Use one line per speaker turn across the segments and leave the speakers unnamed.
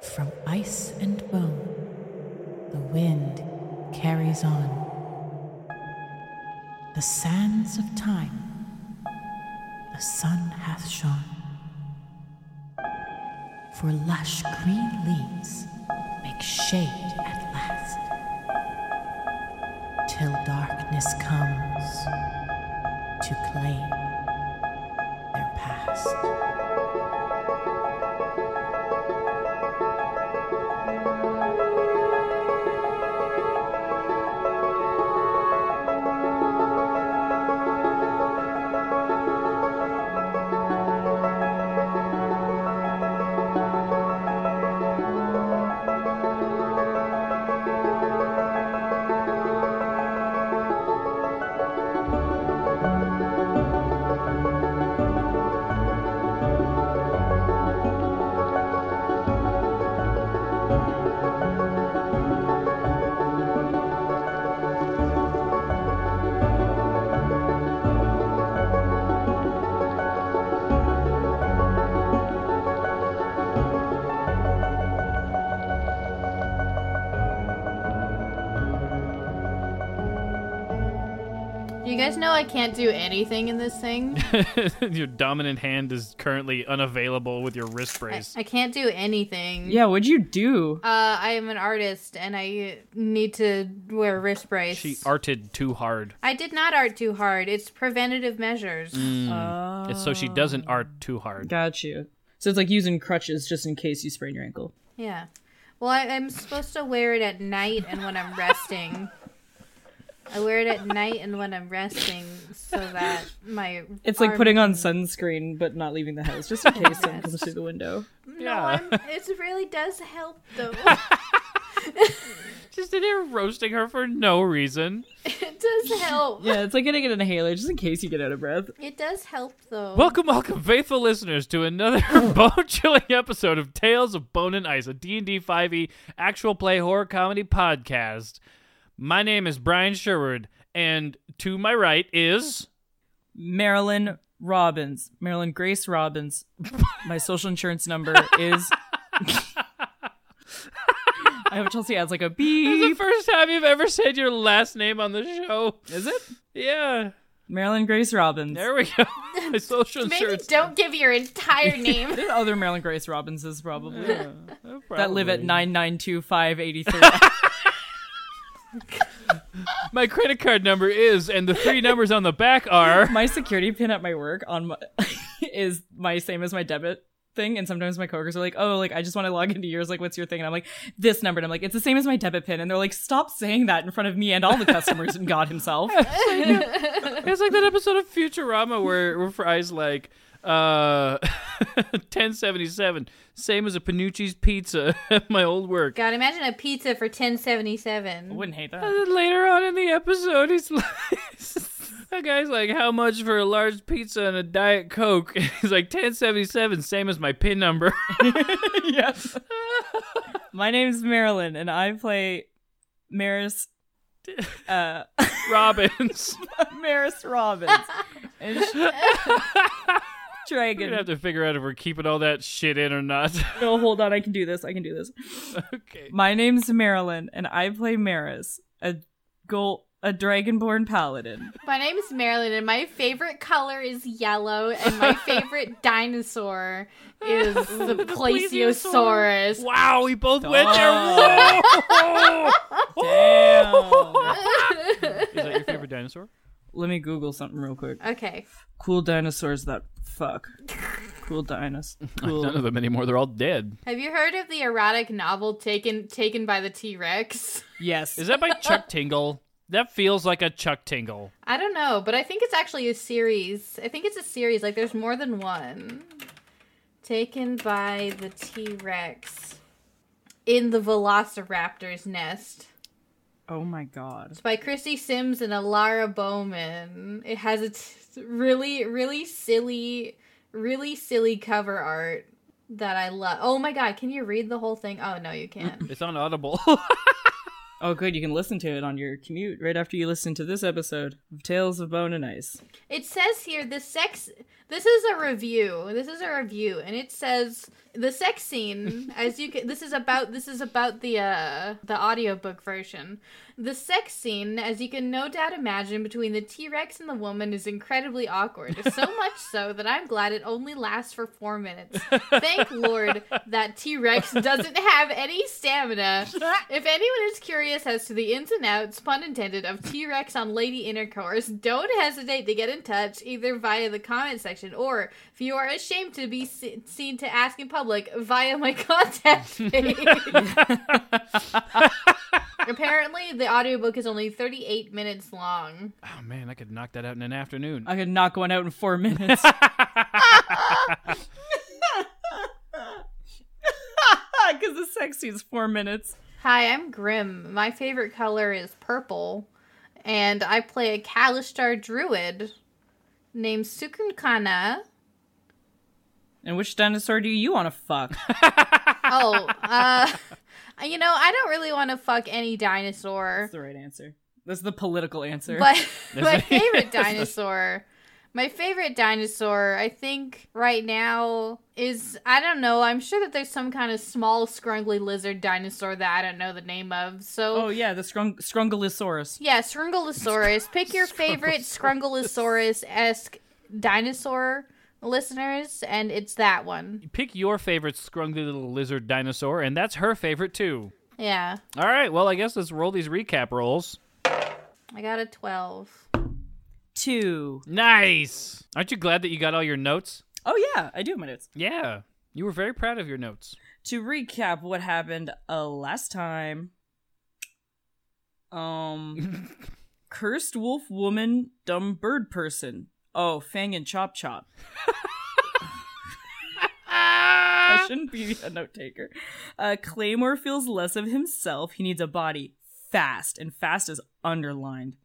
from ice and bone, the wind carries on. The sands of time, the sun hath shone. For lush green leaves make shade at last, till darkness comes to claim their past.
You guys know I can't do anything in this thing.
your dominant hand is currently unavailable with your wrist brace.
I can't do anything.
Yeah, what'd you do?
Uh, I am an artist and I need to wear wrist brace.
she arted too hard.
I did not art too hard. It's preventative measures.
It's so she doesn't
Um,
art too hard.
Got you. So it's like using crutches just in case you sprain your ankle.
Yeah. Well, I, I'm supposed to wear it at night and when I'm resting. I wear it at night and when I'm resting so that my.
It's like
arm-
putting on sunscreen but not leaving the house just in case someone comes through the window.
No,
yeah.
I'm, it really does help though.
Just in here roasting her for no reason.
it does help.
Yeah, it's like getting an inhaler just in case you get out of breath.
It does help though.
Welcome, welcome, faithful listeners, to another bone-chilling episode of Tales of Bone and Ice, a D&D 5e actual play horror comedy podcast. My name is Brian Sherwood, and to my right is...
Marilyn Robbins. Marilyn Grace Robbins. My social insurance number is. I hope Chelsea adds like a
This is the
beep.
first time you've ever said your last name on the show.
Is it?
Yeah,
Marilyn Grace Robbins.
there we go. My social
Maybe
insurance.
don't give your entire name.
There's other Marilyn Grace Robinses probably that
Probably.
live at 992-583.
My credit card number is, and the three numbers on the back are.
my security pin at my work on my, is my same as my debit thing and sometimes my coworkers are like oh like i just want to log into yours like what's your thing and i'm like this number and i'm like it's the same as my debit pin and they're like stop saying that in front of me and all the customers and god himself
It's like that episode of Futurama where, where Fry's like, uh, 1077, same as a Panucci's pizza at my old work.
God, imagine a pizza for ten seventy seven.
wouldn't hate
And
that
then later on in the episode, he's like, that guy's like, how much for a large pizza and a Diet Coke? He's like, 1077, same as my PIN number.
yes my name's marilyn and i play maris uh
Robbins.
maris robbins and she-
We're gonna
dragon
have to figure out if we're keeping all that shit in or not.
no hold on i can do this i can do this
okay.
My name's Marilyn, and I play Maris, a gold, a dragonborn paladin.
My name is Marilyn, and my favorite color is yellow, and my favorite dinosaur is the, plesiosaurus.
Wow, we both went there.
Dog.
Whoa!
Damn.
Is that your favorite dinosaur?
Let me Google something real quick.
Okay,
Cool dinosaurs that fuck. Cool dinos.
None
Cool.
of them anymore. They're all dead.
have you heard of the erotic novel taken taken by the T Rex?
Yes.
Is that by Chuck Tingle? That feels like a Chuck Tingle.
I don't know, but I think it's actually a series. I think it's a series. Like, there's more than one. Taken by the T Rex in the Velociraptor's nest.
Oh my god.
It's by Christy Sims and Alara Bowman. It has a t- really, really silly, really silly cover art that I love. Oh my god, can you read the whole thing? Oh no, you can't.
It's on Audible.
Oh, good. You can listen to it on your commute right after you listen to this episode of Tales of Bone and Ice.
It says here the sex. This is a review. This is a review, and it says the sex scene. as you can, this is about this is about the uh the audiobook version. The sex scene, as you can no doubt imagine, between the T Rex and the woman is incredibly awkward. So much so that I'm glad it only lasts for four minutes. Thank Lord that T Rex doesn't have any stamina. If anyone is curious as to the ins and outs, pun intended, of T Rex on lady intercourse, don't hesitate to get in touch either via the comment section or if you are ashamed to be se- seen to ask in public via my contact page. Apparently, the audiobook is only 38 minutes long.
Oh man, I could knock that out in an afternoon.
I could knock one out in four minutes. Because the sex scene's four minutes.
Hi, I'm Grim. My favorite color is purple, and I play a Kalistar druid named Sukunkana.
And which dinosaur do you want to fuck?
Oh, uh, you know, I don't really want to fuck any dinosaur,
That's the right answer. That's the political answer.
but my favorite dinosaur. My favorite dinosaur, I think right now is I don't know. I'm sure that there's some kind of small scrungly lizard dinosaur that I don't know the name of. So
oh yeah, the scrung- Scrungalosaurus.
Yeah, Scrungalosaurus. Pick your favorite Scrungalosaurus esque dinosaur listeners, and it's that one.
Pick your favorite scrungly little lizard dinosaur, and that's her favorite too.
Yeah.
All right, well, I guess let's roll these recap rolls.
I got a 12.
Two.
Nice. Aren't you glad that you got all your notes?
Oh yeah, I do have my notes.
Yeah, you were very proud of your notes.
to recap what happened uh, last time um cursed wolf woman dumb bird person oh fang and chop chop i shouldn't be a note taker uh, claymore feels less of himself he needs a body fast and fast is underlined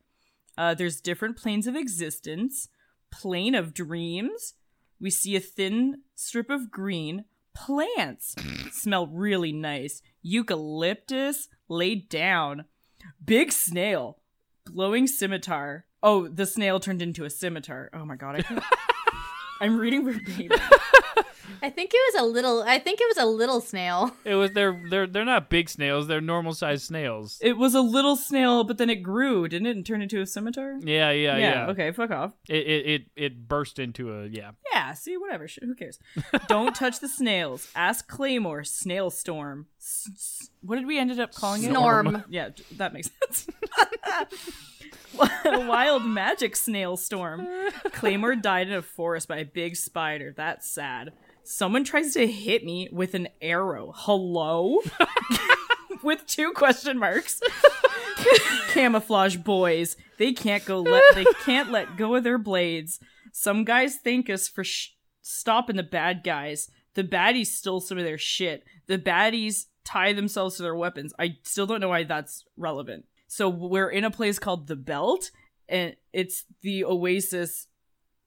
uh, there's different planes of existence plane of dreams we see a thin strip of green. Plants smell really nice. Eucalyptus laid down. Big snail. Glowing scimitar. Oh, the snail turned into a scimitar. Oh my god, I can't. I'm reading verbatim.
I think it was a little. I think it was a little snail.
It was they're they're they're not big snails. They're normal sized snails.
It was a little snail, but then it grew, didn't it, and turned into a scimitar?
Yeah, yeah, yeah.
Okay, fuck off.
It, it it it burst into a yeah.
Yeah, see, whatever. Shit, who cares? Don't touch the snails. Ask Claymore. Snail storm. S- s- what did we ended up calling it?
Snorm.
Yeah, d- that makes sense. Wild magic snail storm. Claymore died in a forest by a big spider. That's sad. Someone tries to hit me with an arrow. Hello? with two question marks. Camouflage boys. They can't go let they can't let go of their blades. Some guys thank us for sh- stopping the bad guys. The baddies stole some of their shit. The baddies tie themselves to their weapons. I still don't know why that's relevant. So we're in a place called the Belt, and it's the oasis.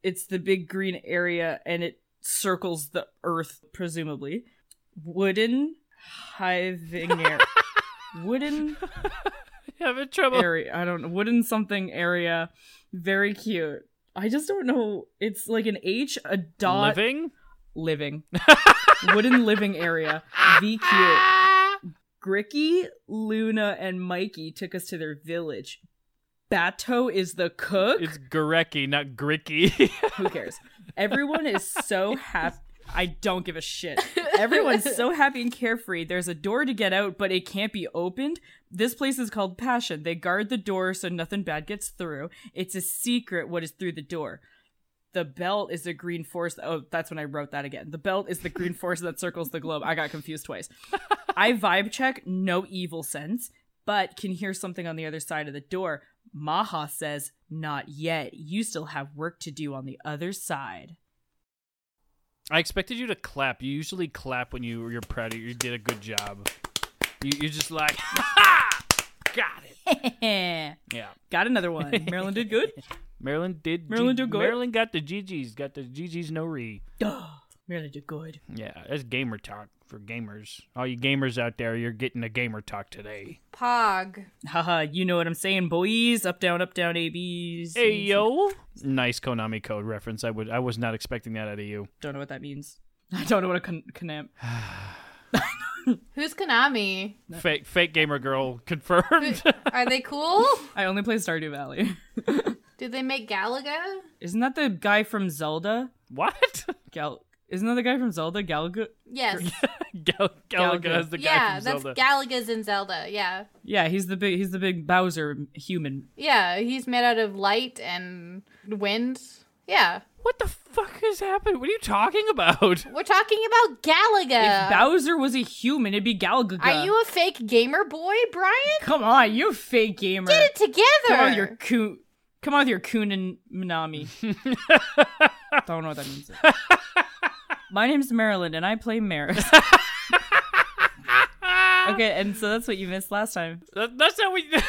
It's the big green area, and it circles the Earth, presumably. Wooden hiving air. Wooden
Having trouble.
area. I don't know. Wooden something area. Very cute. I just don't know. It's like an H, a dot.
living.
Living. Wooden living area. The cute. Ah! Gricky, Luna, and Mikey took us to their village. Bato is the cook.
It's Gorecki, not Gricky.
Who cares? Everyone is so happy. I don't give a shit. Everyone's so happy and carefree. There's a door to get out, but it can't be opened. This place is called Passion. They guard the door so nothing bad gets through. It's a secret what is through the door. The belt is the green force. Oh, that's when I wrote that again. The belt is the green force that circles the globe. I got confused twice. I vibe check, no evil sense, but can hear something on the other side of the door. Maha says, Not yet. You still have work to do on the other side.
I expected you to clap. You usually clap when you you're proud. Of, you did a good job. You, you're just like, ha! Got it.
Got
Yeah.
another one. Marilyn did good.
Maryland did.
Maryland did good.
Maryland got the GGs. Got the GGs. No re.
Duh. Marilyn did good.
Yeah, that's gamer talk for for gamers. All you gamers out there, you're getting a gamer talk today.
Pog.
Haha, you know what I'm saying, boys. Up, down, up, down, A, B. C.
Hey yo, nice Konami code reference. I would, I was not expecting that out of you.
Don't know what that means. I don't know what a con- conamp.
Who's Konami?
Fake, fake gamer girl confirmed.
Are they cool?
I only play Stardew Valley.
Did they make Galaga?
Isn't that the guy from Zelda?
what?
Gal. Isn't that the guy from Zelda? Galga.
Yes.
Gal- Galaga
Galaga.
is the guy
yeah,
from
that's
Zelda.
Galaga's in Zelda. Yeah.
Yeah, he's the big. He's the big Bowser human.
Yeah, he's made out of light and wind. Yeah.
what the fuck has happened? What are you talking about?
We're talking about Galaga.
if Bowser was a human, it'd be Galga.
Are you a fake gamer boy, Brian?
Come on, you fake gamer.
Get it
Come
together.
on, with your coon. Come on with your coon and Minami. Don't know what that means. My name's Marilyn, and I play Maris. okay, and so that's what you missed last time.
That- that's how we. yeah,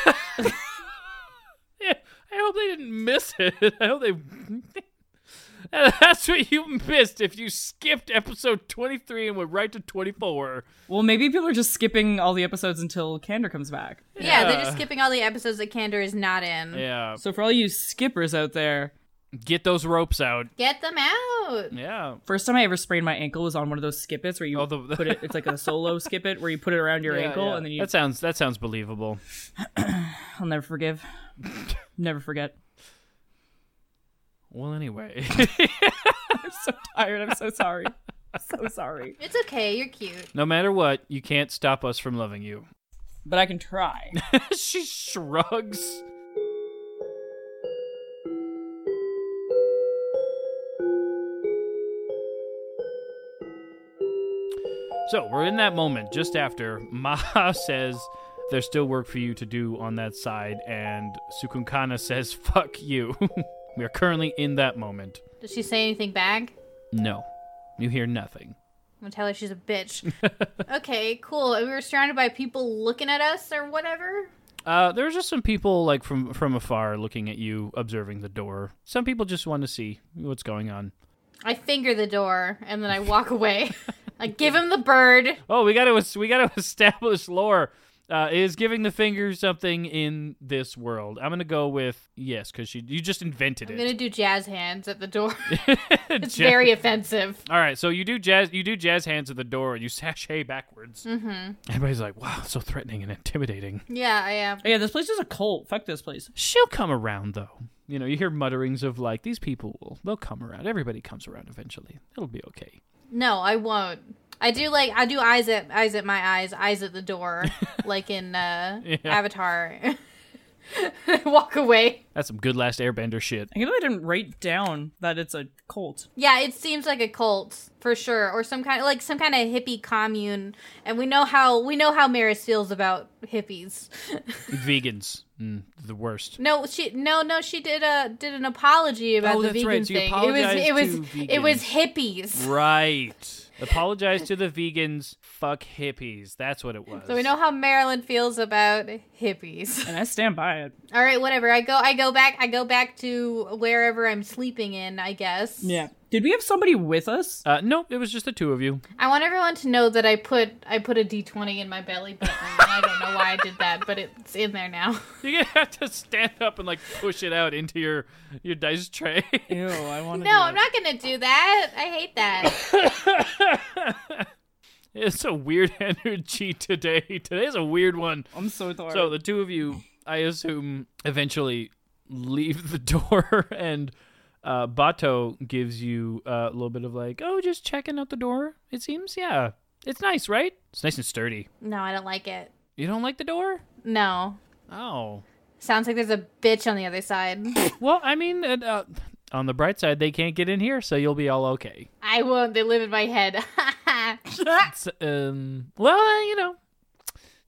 I hope they didn't miss it. I hope they. That's what you missed if you skipped episode 23 and went right to 24.
Well, maybe people are just skipping all the episodes until Candor comes back.
yeah, they're
Yeah.
just skipping all the episodes that Candor is not in.
Yeah.
So for all you skippers out there,
Get those ropes out.
Get them out.
Yeah.
first time I ever sprained my ankle was on one of those skip its where you
Oh, the-
put it. It's like a solo skip it where you put it around your
Yeah,
ankle
yeah.
and then you.
That sounds that sounds believable.
I'll never forgive. never forget.
Well, anyway.
I'm so tired. I'm so sorry. so sorry.
It's okay. You're cute.
no matter what, you can't stop us from loving you.
But I can try.
she shrugs. So we're in that moment just after Maha says there's still work for you to do on that side, and Sukunkana says, fuck you. we are currently in that moment.
Does she say anything back?
No, you hear nothing.
I'm gonna tell her she's a bitch. okay, cool. And we were surrounded by people looking at us or whatever.
Uh, there's just some people like from from afar looking at you, observing the door. Some people just want to see what's going on.
I finger the door and then I walk away. I give him the bird.
Oh, we got to we got to establish lore. Uh, is giving the finger something in this world? I'm gonna go with yes, because she you just invented
I'm
it.
gonna do jazz hands at the door. it's very offensive.
All right, so you do jazz you do jazz hands at the door and you sashay backwards. Mm-hmm. Everybody's like, wow, so threatening and intimidating.
Yeah, I am.
Oh, yeah, this place is a cult. Fuck this place.
She'll come around though. You know, you hear mutterings of like these people will they'll come around. Everybody comes around eventually. It'll be okay.
No, I won't. I do like I do eyes at eyes at my eyes, eyes at the door, like in uh, Avatar. Walk away.
That's some good last Airbender shit.
I know I didn't write down that it's a cult.
Yeah, it seems like a cult for sure, or some kind like some kind of hippie commune. And we know how we know how Maris feels about hippies.
Vegans, mm, the worst.
No, she no no she did a did an apology about
Oh,
the
that's
vegan
right, so you
thing.
apologized
it was
to
it was it was hippies.
Right. Apologize to the vegans. Fuck hippies. That's what it was.
So we know how Marilyn feels about hippies.
And I stand by it.
All right, whatever. I go I go back I go back to wherever I'm sleeping in, I guess.
Did we have somebody with us?
Uh, nope, it was just the two of you.
I want everyone to know that I put I put a D20 in my belly button. and I don't know why I did that, but it's in there now.
You're gonna have to stand up and like push it out into your your dice tray.
Ew, I want
No, I'm not going to do that. I hate that.
it's a weird energy today. Today's a weird one.
I'm so tired.
So the two of you, I assume, eventually leave the door, and uh, Bato gives you uh, a little bit of like, oh, just checking out the door. It seems, yeah, it's nice, right? It's nice and sturdy.
No, I don't like it.
You don't like the door?
No.
Oh.
Sounds like there's a bitch on the other side.
Well, I mean, and, uh, on the bright side, they can't get in here, so you'll be all okay.
I won't. They live in my head.
It's, um, well, uh, you know,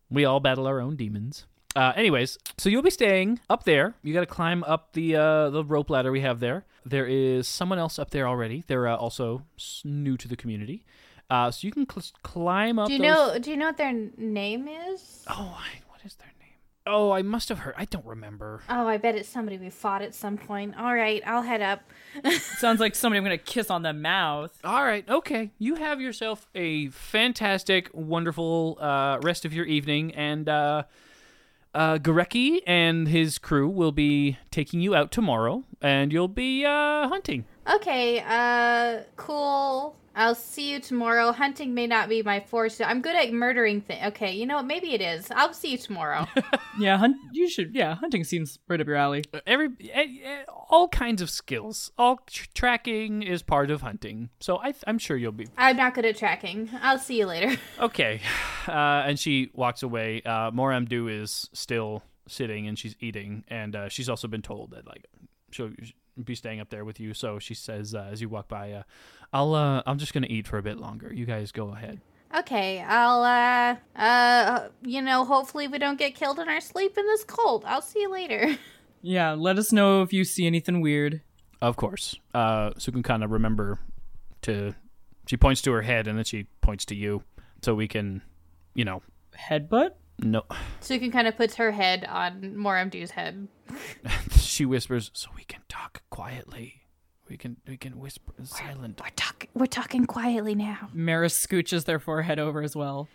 we all battle our own demons. Uh, anyways, so you'll be staying up there. You got to climb up the uh, the rope ladder we have there. There is someone else up there already. They're uh, also s- new to the community, uh, so you can cl- climb up.
do you
those-
know? Do you know what their name is?
Oh, I, what is their name? Oh, I must have heard. I don't remember.
Oh, I bet it's somebody we fought at some point. All right, I'll head up.
Sounds like somebody I'm gonna kiss on the mouth.
All right, okay. You have yourself a fantastic, wonderful uh, rest of your evening, and uh, uh, Gorecki and his crew will be taking you out tomorrow, and you'll be uh, hunting.
Okay, uh, cool. I'll see you tomorrow. Hunting may not be my forte. I'm good at murdering things. Okay, you know what? Maybe it is. I'll see you tomorrow.
Yeah, hunt. You should. Yeah, hunting seems right up your alley.
Every eh, eh, all kinds of skills. All tr- tracking is part of hunting, so I, I'm sure you'll be
I'm not good at tracking. I'll see you later.
okay. Uh, and she walks away. Uh, Moramdu is still sitting and she's eating, and uh, she's also been told that like she'll be staying up there with you. So she says, uh, as you walk by, uh, "I'll uh, I'm just gonna eat for a bit longer. You guys go ahead."
Okay, I'll, uh, uh, you know, hopefully we don't get killed in our sleep in this cold. I'll see you later.
Yeah, let us know if you see anything weird.
Of course. Uh, Sukunkana, remember to. She points to her head and then she points to you, so we can, you know,
Headbutt.
no.
So you can kind of puts her head on Moramdu's head.
she whispers, so we can talk quietly. We can we can whisper silent.
We're talking, we're talking quietly now.
Maris scooches their forehead over as well.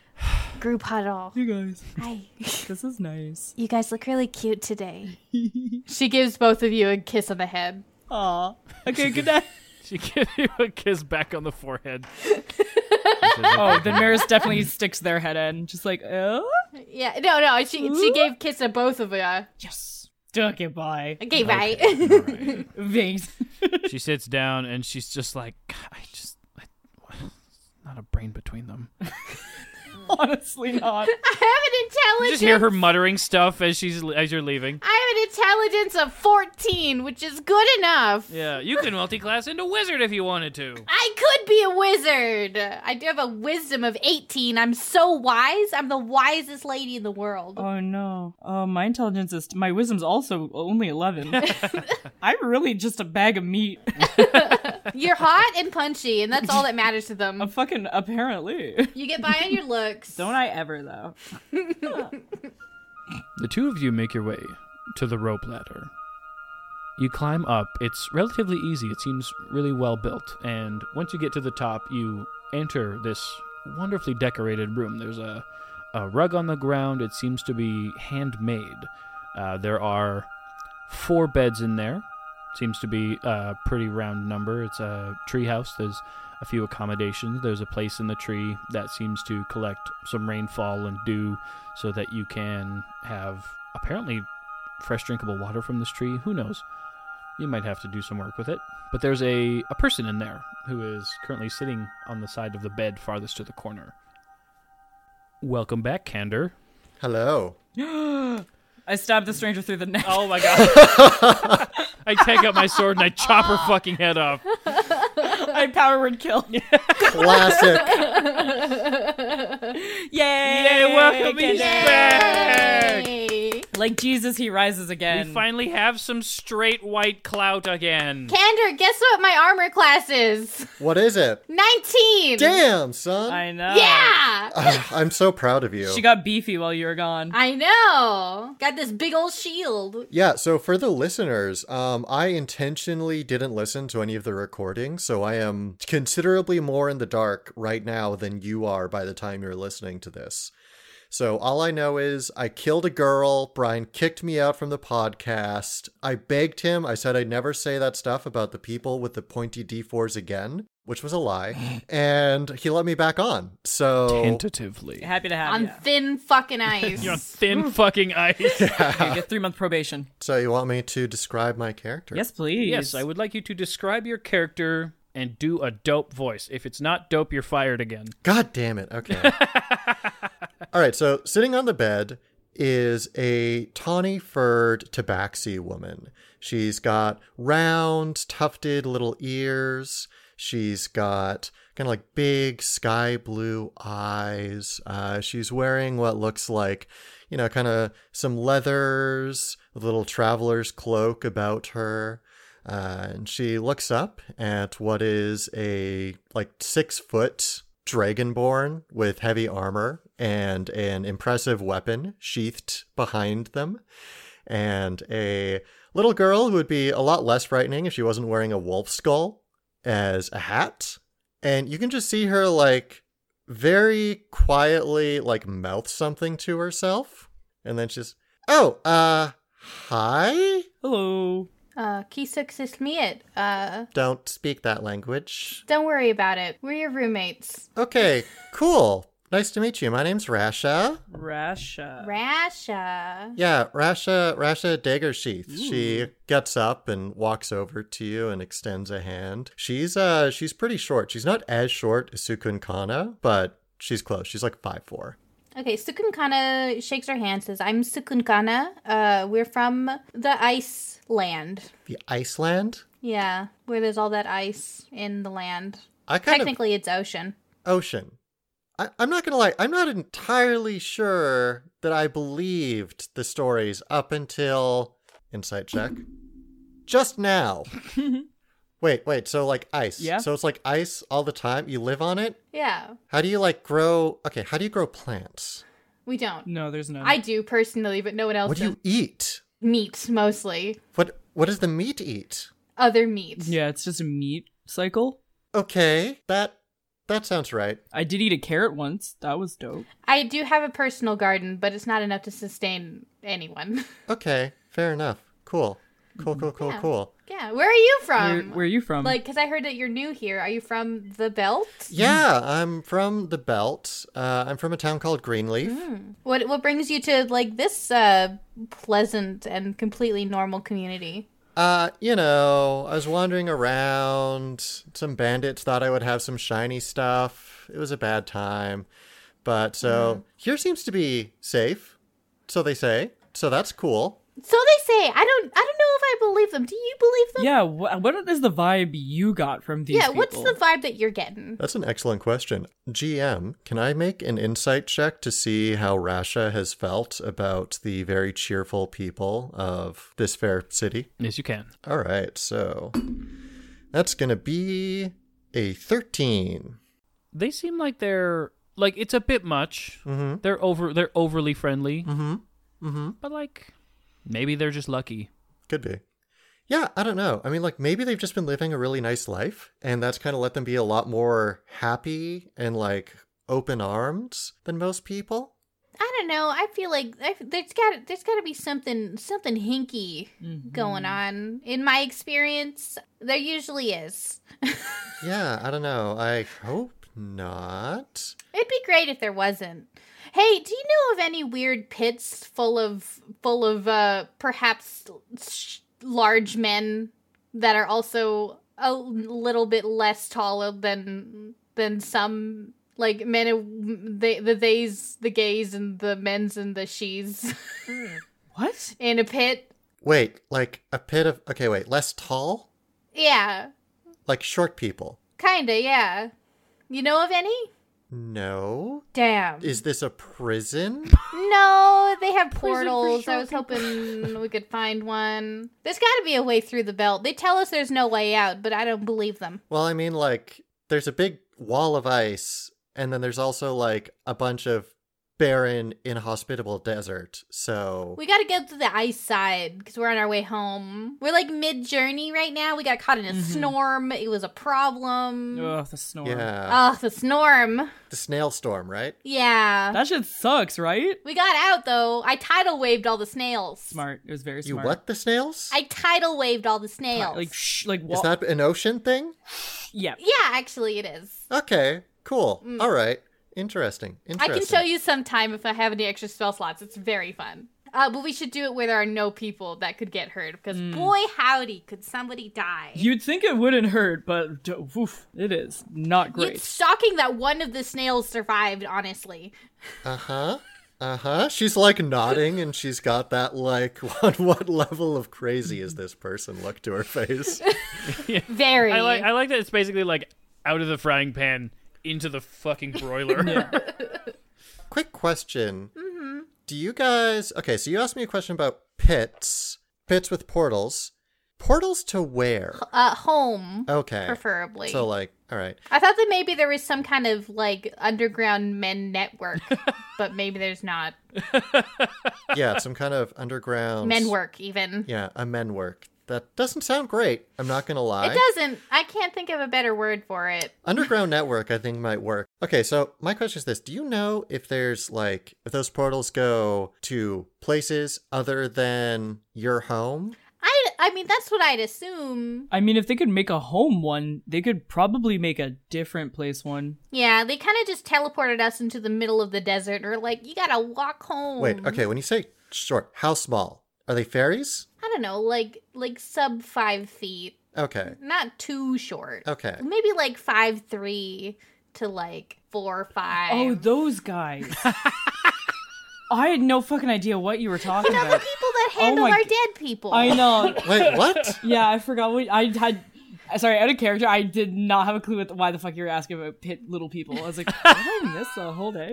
Group huddle.
You guys,
Hi.
this is nice.
You guys look really cute today. she gives both of you a kiss on the head.
Aw. Okay, good night.
She gives you a kiss back on the forehead.
Oh, then Maris definitely sticks their head in, just like, oh.
Yeah, no, no. She she gave kiss to both of you. Okay,
Yes. Okay, bye.
bye.
Alright.
Thanks.
she sits down and she's just like, "God, I just, I, not a brain between them.
Honestly, not.
I have an
You
intelligence.
just hear her muttering stuff as she's as you're leaving.
I have an intelligence of fourteen, which is good enough.
Yeah, you can multi-class into wizard if you wanted to.
I could be a wizard. I do have a wisdom of eighteen. I'm so wise. I'm the wisest lady in the world.
Oh no. Oh, my intelligence is my wisdom's also only 11. I'm really just a bag of meat.
You're hot and punchy, and that's all that matters to them.
Fucking apparently.
You get by on your looks.
Don't I ever though.
The two of you make your way to the rope ladder. You climb up. It's relatively easy. It seems really well built. And once you get to the top, you enter this wonderfully decorated room. There's a, a rug on the ground. It seems to be handmade. Uh, there are four beds in there. Seems to be a pretty round number. It's a treehouse. There's a few accommodations. There's a place in the tree that seems to collect some rainfall and dew so that you can have apparently fresh drinkable water from this tree. Who knows? You might have to do some work with it. But there's a, a person in there who is currently sitting on the side of the bed farthest to the corner. Welcome back, Candor.
Hello.
I stabbed the stranger through the neck.
Oh my god. Ah. I take out my sword and I chop her fucking head off.
I power word kill. Yay!
Classic.
Yay, welcome
Get
he's
it.
back!
Yay.
Like Jesus, he rises
We
again.
finally have some straight white clout again.
Candor, guess what my armor class is?
What is it?
19!
Damn, son.
I know.
Yeah!
Ah, I'm so proud of you.
She got beefy while you were gone.
I know! Got this big old shield.
Yeah, so for the listeners, um, I intentionally didn't listen to any of the recordings, so I am considerably more in the dark right now than you are by the time you're listening to this. So all I know is I killed a girl, Brian kicked me out from the podcast. I begged him, I said I'd never say that stuff about the people with the pointy D4s again, which was a lie, and he let me back on. So
Tentatively.
Happy
Oh,
to have
On
you.
thin fucking ice.
You're on thin fucking ice.
You get three month probation.
so you want me to describe my character?
Yes, please.
Yes, I would like you to describe your character and do a dope voice. If it's not dope, you're fired again.
God damn it. Okay. All right. So sitting on the bed is a tawny furred tabaxi woman. She's got round, tufted little ears. She's got kind of like big sky blue eyes. Uh, she's wearing what looks like, you know, kind of some leathers, a little traveler's cloak about her. Uh, and she looks up at what is a like six foot dragonborn with heavy armor and an impressive weapon sheathed behind them, and a little girl who would be a lot less frightening if she wasn't wearing a wolf skull as a hat. And you can just see her like very quietly like mouth something to herself. And then she's, oh, uh, hi?
Hello.
Uh, Kisuk is me it. Uh,
Don't speak that language.
don't worry about it. We're your roommates.
Okay, cool. Nice to meet you. My name's Rasha.
Rasha.
Rasha.
Yeah, Rasha Rasha Dagger Sheath. She gets up and walks over to you and extends a hand. She's uh she's pretty short. She's not as short as Sukun Kana, but she's close. She's like five four.
Okay, Sukunkana shakes her hand, says, I'm Sukunkana. Uh, we're from the ice land.
The Iceland?
Yeah, where there's all that ice in the land.
I kind
Technically, it's ocean.
of ocean. I, I'm not gonna lie, I'm not entirely sure that I believed the stories up until insight check. Just now. wait, wait, so like ice.
Yeah.
So it's like ice all the time. You live on it?
Yeah,
How do you like grow? Okay, how do you grow plants?
we don't.
No, there's no.
I do personally, but no one else.
What do
does.
you eat?
Meat mostly.
What What does the meat eat?
Other meat.
Yeah, it's just a meat cycle.
Okay, that that sounds right.
I did eat a carrot once. That was dope.
I do have a personal garden, but it's not enough to sustain anyone.
Okay, fair enough. Cool, cool, cool, cool,
Yeah.
cool.
yeah, where are you from?
where, where are you from?
Like, because I heard that you're new here. Are you from the belt?
Yeah, I'm from the belt. Uh, I'm from a town called Greenleaf.
What what brings you to like this uh, pleasant and completely normal community?
Uh, you know, I was wandering around. Some bandits thought I would have some shiny stuff. It was a bad time, but so here seems to be safe. So they say. So that's cool.
So they say. I don't. I don't know if I believe them. Do you believe them?
yeah, wh- what is the vibe you got from these
yeah. What's
people?
the vibe that you're getting?
That's an excellent question. GM, can I make an insight check to see how Rasha has felt about the very cheerful people of this fair city?
Yes, you can.
All right, so that's going to be a 13.
They seem like they're like it's a bit much. Mm-hmm. They're over. They're overly friendly. Mm-hmm. Mm-hmm. But like, maybe they're just lucky.
Could be. Yeah, I don't know. I mean, like, maybe they've just been living a really nice life, and that's kind of let them be a lot more happy and, like, open armed than most people.
I don't know. I feel like I, there's got there's got to be something something hinky
Mm-hmm.
going on. In my experience, there usually is.
Yeah, I don't know. I hope not.
It'd be great if there wasn't. Hey, do you know of any weird pits full of full of uh perhaps sh- large men that are also a little bit less taller than than some like men and they, the theys the gays and the men's and the she's
what?
in a pit?
Wait, like a pit of okay, wait, less tall?
Yeah.
Like short people.
Kinda, yeah. You know of any?
No.
Damn.
Is this a prison?
No, they have portals. I was hoping we could find one. There's got to be a way through the belt. They tell us there's no way out, but I don't believe them.
well, I mean like there's a big wall of ice and then there's also like a bunch of barren inhospitable desert. So
We got to go through the ice side because we're on our way home. We're like mid journey right now. We got caught in a snorm. It was a problem. Ugh,
Mm-hmm. Ugh, the snore.
yeah.
the snorm.
the snail storm, right?
Yeah.
That shit sucks, right?
we got out though. I tidal waved all the snails.
Smart. It was very
You
smart.
what the snails?
I tidal waved all the snails.
Like shh, like
Is
what?
that an ocean thing?
yeah.
yeah, actually, it is.
Okay, cool. All right. Interesting.
Mm. I
Interesting.
can show you sometime if I have any extra spell slots. It's very fun. Uh, but we should do it where there are no people that could get hurt because
Mm.
boy howdy could somebody die.
You'd think it wouldn't hurt, but d- oof, it is not great.
It's shocking that one of the snails survived, honestly.
Uh huh. Uh huh. She's like nodding, and she's got that like, what what level of crazy is this person? Look to her face.
Very.
I like. I like that it's basically like out of the frying pan into the fucking broiler.
Quick question. Mm-hmm. Do you guys? Okay, so you asked me a question about pits, pits with portals. Portals to where?
Uh, home,
Okay.
preferably.
So like, all right.
I thought that maybe there was some kind of like underground men network, but maybe there's not.
Yeah, some kind of underground
Men work, even.
Yeah, a men work. That doesn't sound great. I'm not gonna lie.
It doesn't. I can't think of a better word for it.
Underground network, I think, might work. Okay, so my question is this Do you know if there's like, if those portals go to places other than your home?
I, I mean, that's what I'd assume.
I mean, if they could make a home one, they could probably make a different place one.
Yeah, they kind of just teleported us into the middle of the desert, or like, you gotta walk home.
Wait, okay, when you say short, how small? Are they fairies?
I don't know, like like sub five feet,
Okay,
not too short.
okay.
Maybe like five three to like four five.
Oh, those guys. I had no fucking idea what you were talking
the
about.
people that handle
Oh my
our
g-
dead people.
I know.
Wait, what?
Yeah, I forgot what I had. Sorry, out of character, I did not have a clue what, why the fuck you were asking about pit little people. I was like, what did I miss the whole day?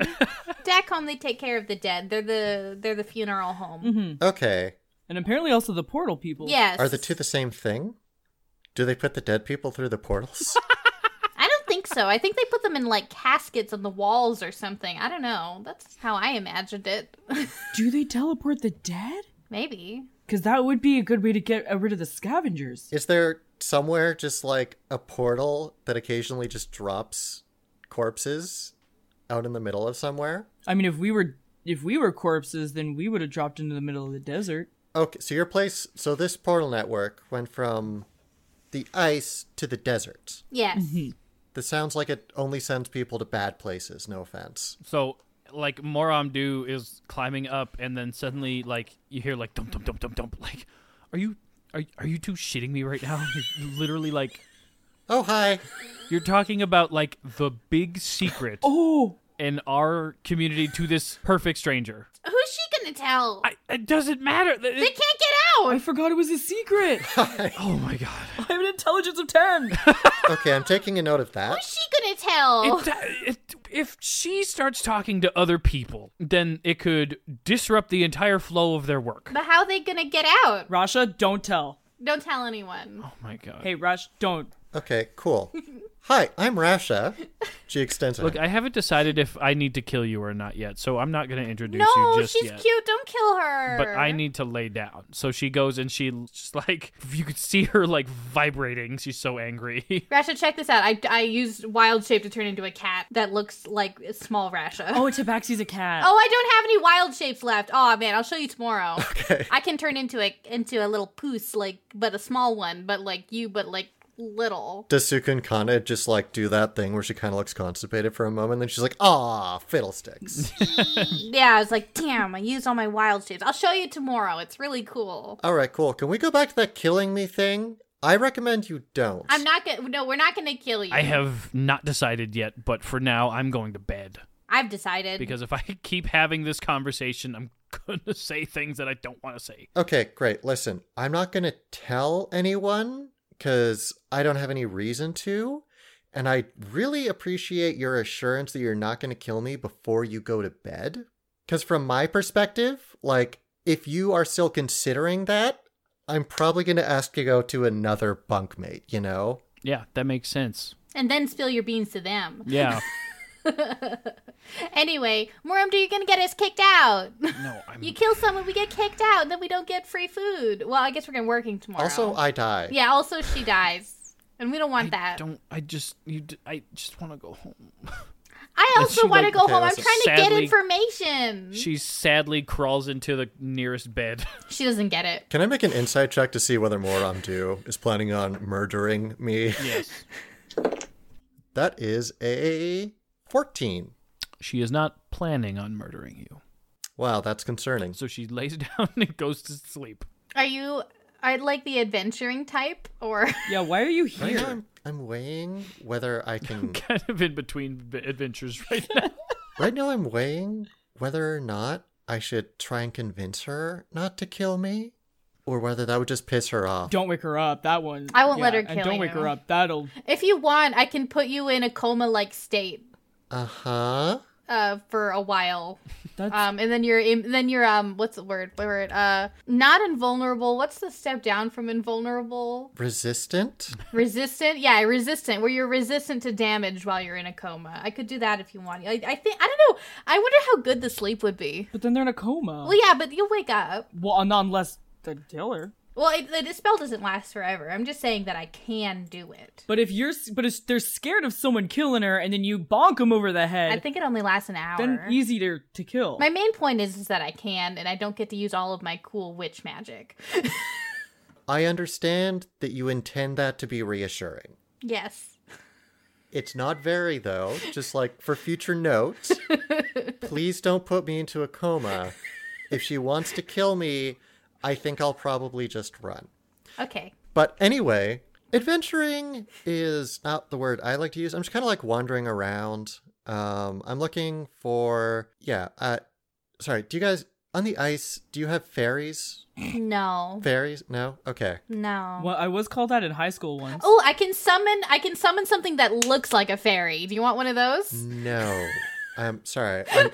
Back home, they take care of the dead. They're the they're the funeral home.
Mm-hmm.
Okay,
And apparently also the portal people.
Yes.
are the two the same thing? Do they put the dead people through the portals?
I don't think so. I think they put them in like caskets on the walls or something. I don't know. That's how I imagined it.
Do they teleport the dead?
Maybe.
Because that would be a good way to get uh, rid of the scavengers.
Is there somewhere just like a portal that occasionally just drops corpses out in the middle of somewhere?
I mean, if we were if we were corpses, then we would have dropped into the middle of the desert.
Okay, so your place, so this portal network went from the ice to the desert.
Yes.
Mm-hmm.
This sounds like it only sends people to bad places, no offense.
So like Moramdu is climbing up, and then suddenly like you hear like dump dump dump dump dump. Like, are you are are you two shitting me right now? You're literally like
Oh, hi.
you're talking about like the big secret
Oh,
in our community to this perfect stranger.
Who's she gonna tell?
I, it doesn't matter. It-
they can't get out.
I forgot it was a secret.
oh my god!
I have an intelligence of ten.
Okay, I'm taking a note of that.
Who's she gonna tell?
It, it, if she starts talking to other people, then it could disrupt the entire flow of their work.
But how they gonna get out?
Rasha, don't tell.
Don't tell anyone.
Oh my god!
Hey, Rush, don't.
Okay, cool. Hi, I'm Rasha. She extends her
Look,
hand.
I haven't decided if I need to kill you or not yet, so I'm not going to introduce
No,
you just
she's
yet.
cute. Don't kill her.
But I need to lay down. So she goes and she just like you could see her like vibrating. She's so angry.
Rasha, check this out. I, I used wild shape to turn into a cat that looks like a small Rasha.
Oh, Tabaxi's a cat.
Oh, I don't have any wild shapes left. Oh man, I'll show you tomorrow.
Okay.
I can turn into a into a little poos, like but a small one, but like you, but like little.
Does Sukun Kana just like do that thing where she kind of looks constipated for a moment, then she's like, "Ah, fiddlesticks."
yeah, I was like, damn, I used all my wild shapes. I'll show you tomorrow. It's really cool.
All right, cool. Can we go back to that killing me thing? I recommend you don't.
I'm not gonna. No, we're not gonna kill you.
I have not decided yet, but for now I'm going to bed
I've decided.
because if I keep having this conversation, I'm going to say things that I don't want to say.
Okay, great. Listen, I'm not going to tell anyone because I don't have any reason to. And I really appreciate your assurance that you're not going to kill me before you go to bed. Because from my perspective, like, if you are still considering that, I'm probably going to ask you to go to another bunkmate, you know?
Yeah, that makes sense.
and then spill your beans to them.
Yeah.
Anyway, Moramdu, you're gonna get us kicked out.
No, I'm
you kill someone, we get kicked out, and then we don't get free food. Well, I guess we're gonna working tomorrow.
Also, I die.
yeah. Also, she dies, and we don't want
I
that.
don't I just you d- I just want to go home.
I also
she,
want to
like,
go
okay,
home. I'm
listen,
trying to get
sadly-
information. She,
She sadly crawls into the nearest bed.
doesn't get it.
Can I make an insight check to see whether Moramdu is planning on murdering me?
Yes.
That is a 14.
She is not planning on murdering you.
Wow, that's concerning.
So she lays down and goes to sleep.
Are you? I like the adventuring type, or
Yeah, why are you
Right now,
here?
I'm, I'm weighing whether I can.
Kind of in between b- adventures right now.
right now, I'm weighing whether or not I should try and convince her not to kill me, or whether that would just piss her off.
Don't wake her up. That one.
I won't let her
And
kill
don't wake
you.
her up. That'll.
if you want, I can put you in a coma-like state.
Uh huh.
uh, for a while.
That's
Um, and then you're im- then you're um what's the word? What word? Uh, not invulnerable. What's the step down from invulnerable?
Resistant?
Resistant. Yeah, resistant. Where you're resistant to damage while you're in a coma. I could do that if you want. I, I think I don't know. I wonder how good the sleep would be.
but then they're in a coma.
Well, yeah, but you'll wake up.
Well, uh, not unless the killer.
Well, it, the spell doesn't last forever. I'm just saying that I can do it.
But if you're, s- but if they're scared of someone killing her, and then you bonk them over the head,
I think it only lasts an hour.
then easy to to kill.
My main point is, is that I can, and I don't get to use all of my cool witch magic.
I understand that you intend that to be reassuring.
yes.
It's not very, though. Just like for future notes, please don't put me into a coma. If she wants to kill me, I think I'll probably just run.
Okay.
But anyway, adventuring is not the word I like to use. I'm just kind of like wandering around. Um, I'm looking for yeah. Uh, sorry. Do you guys on the ice? Do you have fairies?
No.
Fairies? No. Okay.
No.
well, I was called that in high school once.
Oh, I can summon. I can summon something that looks like a fairy. Do you want one of
Mm.
those?
No. I'm sorry. I'm,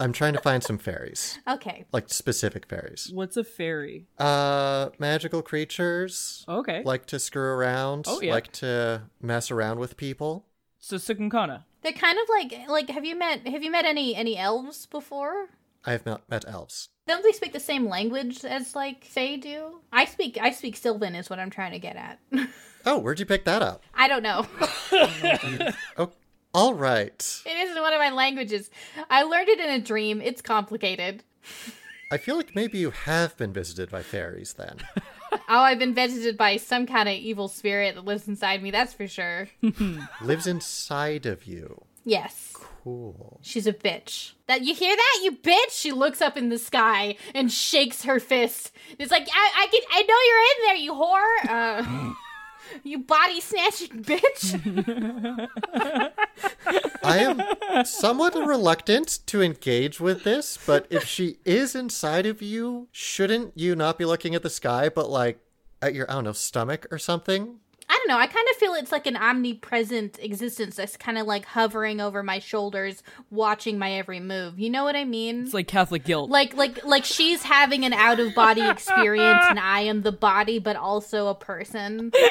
I'm trying to find some fairies,
Okay.
like specific fairies.
What's a fairy?
Uh, magical creatures
Okay,
like to screw around.
Oh, yeah.
Like to mess around with people.
so Sukunkana.
They're kind of like like. Have you met Have you met any any elves before?
I've not met elves.
Don't they speak the same language as like Fae do? I speak I speak Sylvan is what I'm trying to get at.
Oh, where'd you pick that up?
I don't know.
Oh, all right.
it isn't one of my languages. I learned it in a dream. It's complicated.
I feel like maybe you have been visited by fairies then.
Oh, I've been visited by some kind of evil spirit that lives inside me, that's for sure.
Lives inside of you.
Yes.
Cool.
She's a bitch. That you hear that, you bitch? She looks up in the sky and shakes her fist. It's like I, I can I know you're in there, you whore. Uh, you body snatching bitch.
I am somewhat reluctant to engage with this, but if she is inside of you, shouldn't you not be looking at the sky, but like at your, I don't know, stomach or something?
I don't know. I kind of feel it's like an omnipresent existence that's kind of like hovering over my shoulders, watching my every move. You know what I mean?
It's like Catholic guilt.
like like like she's having an out of body experience and i am the body but also a person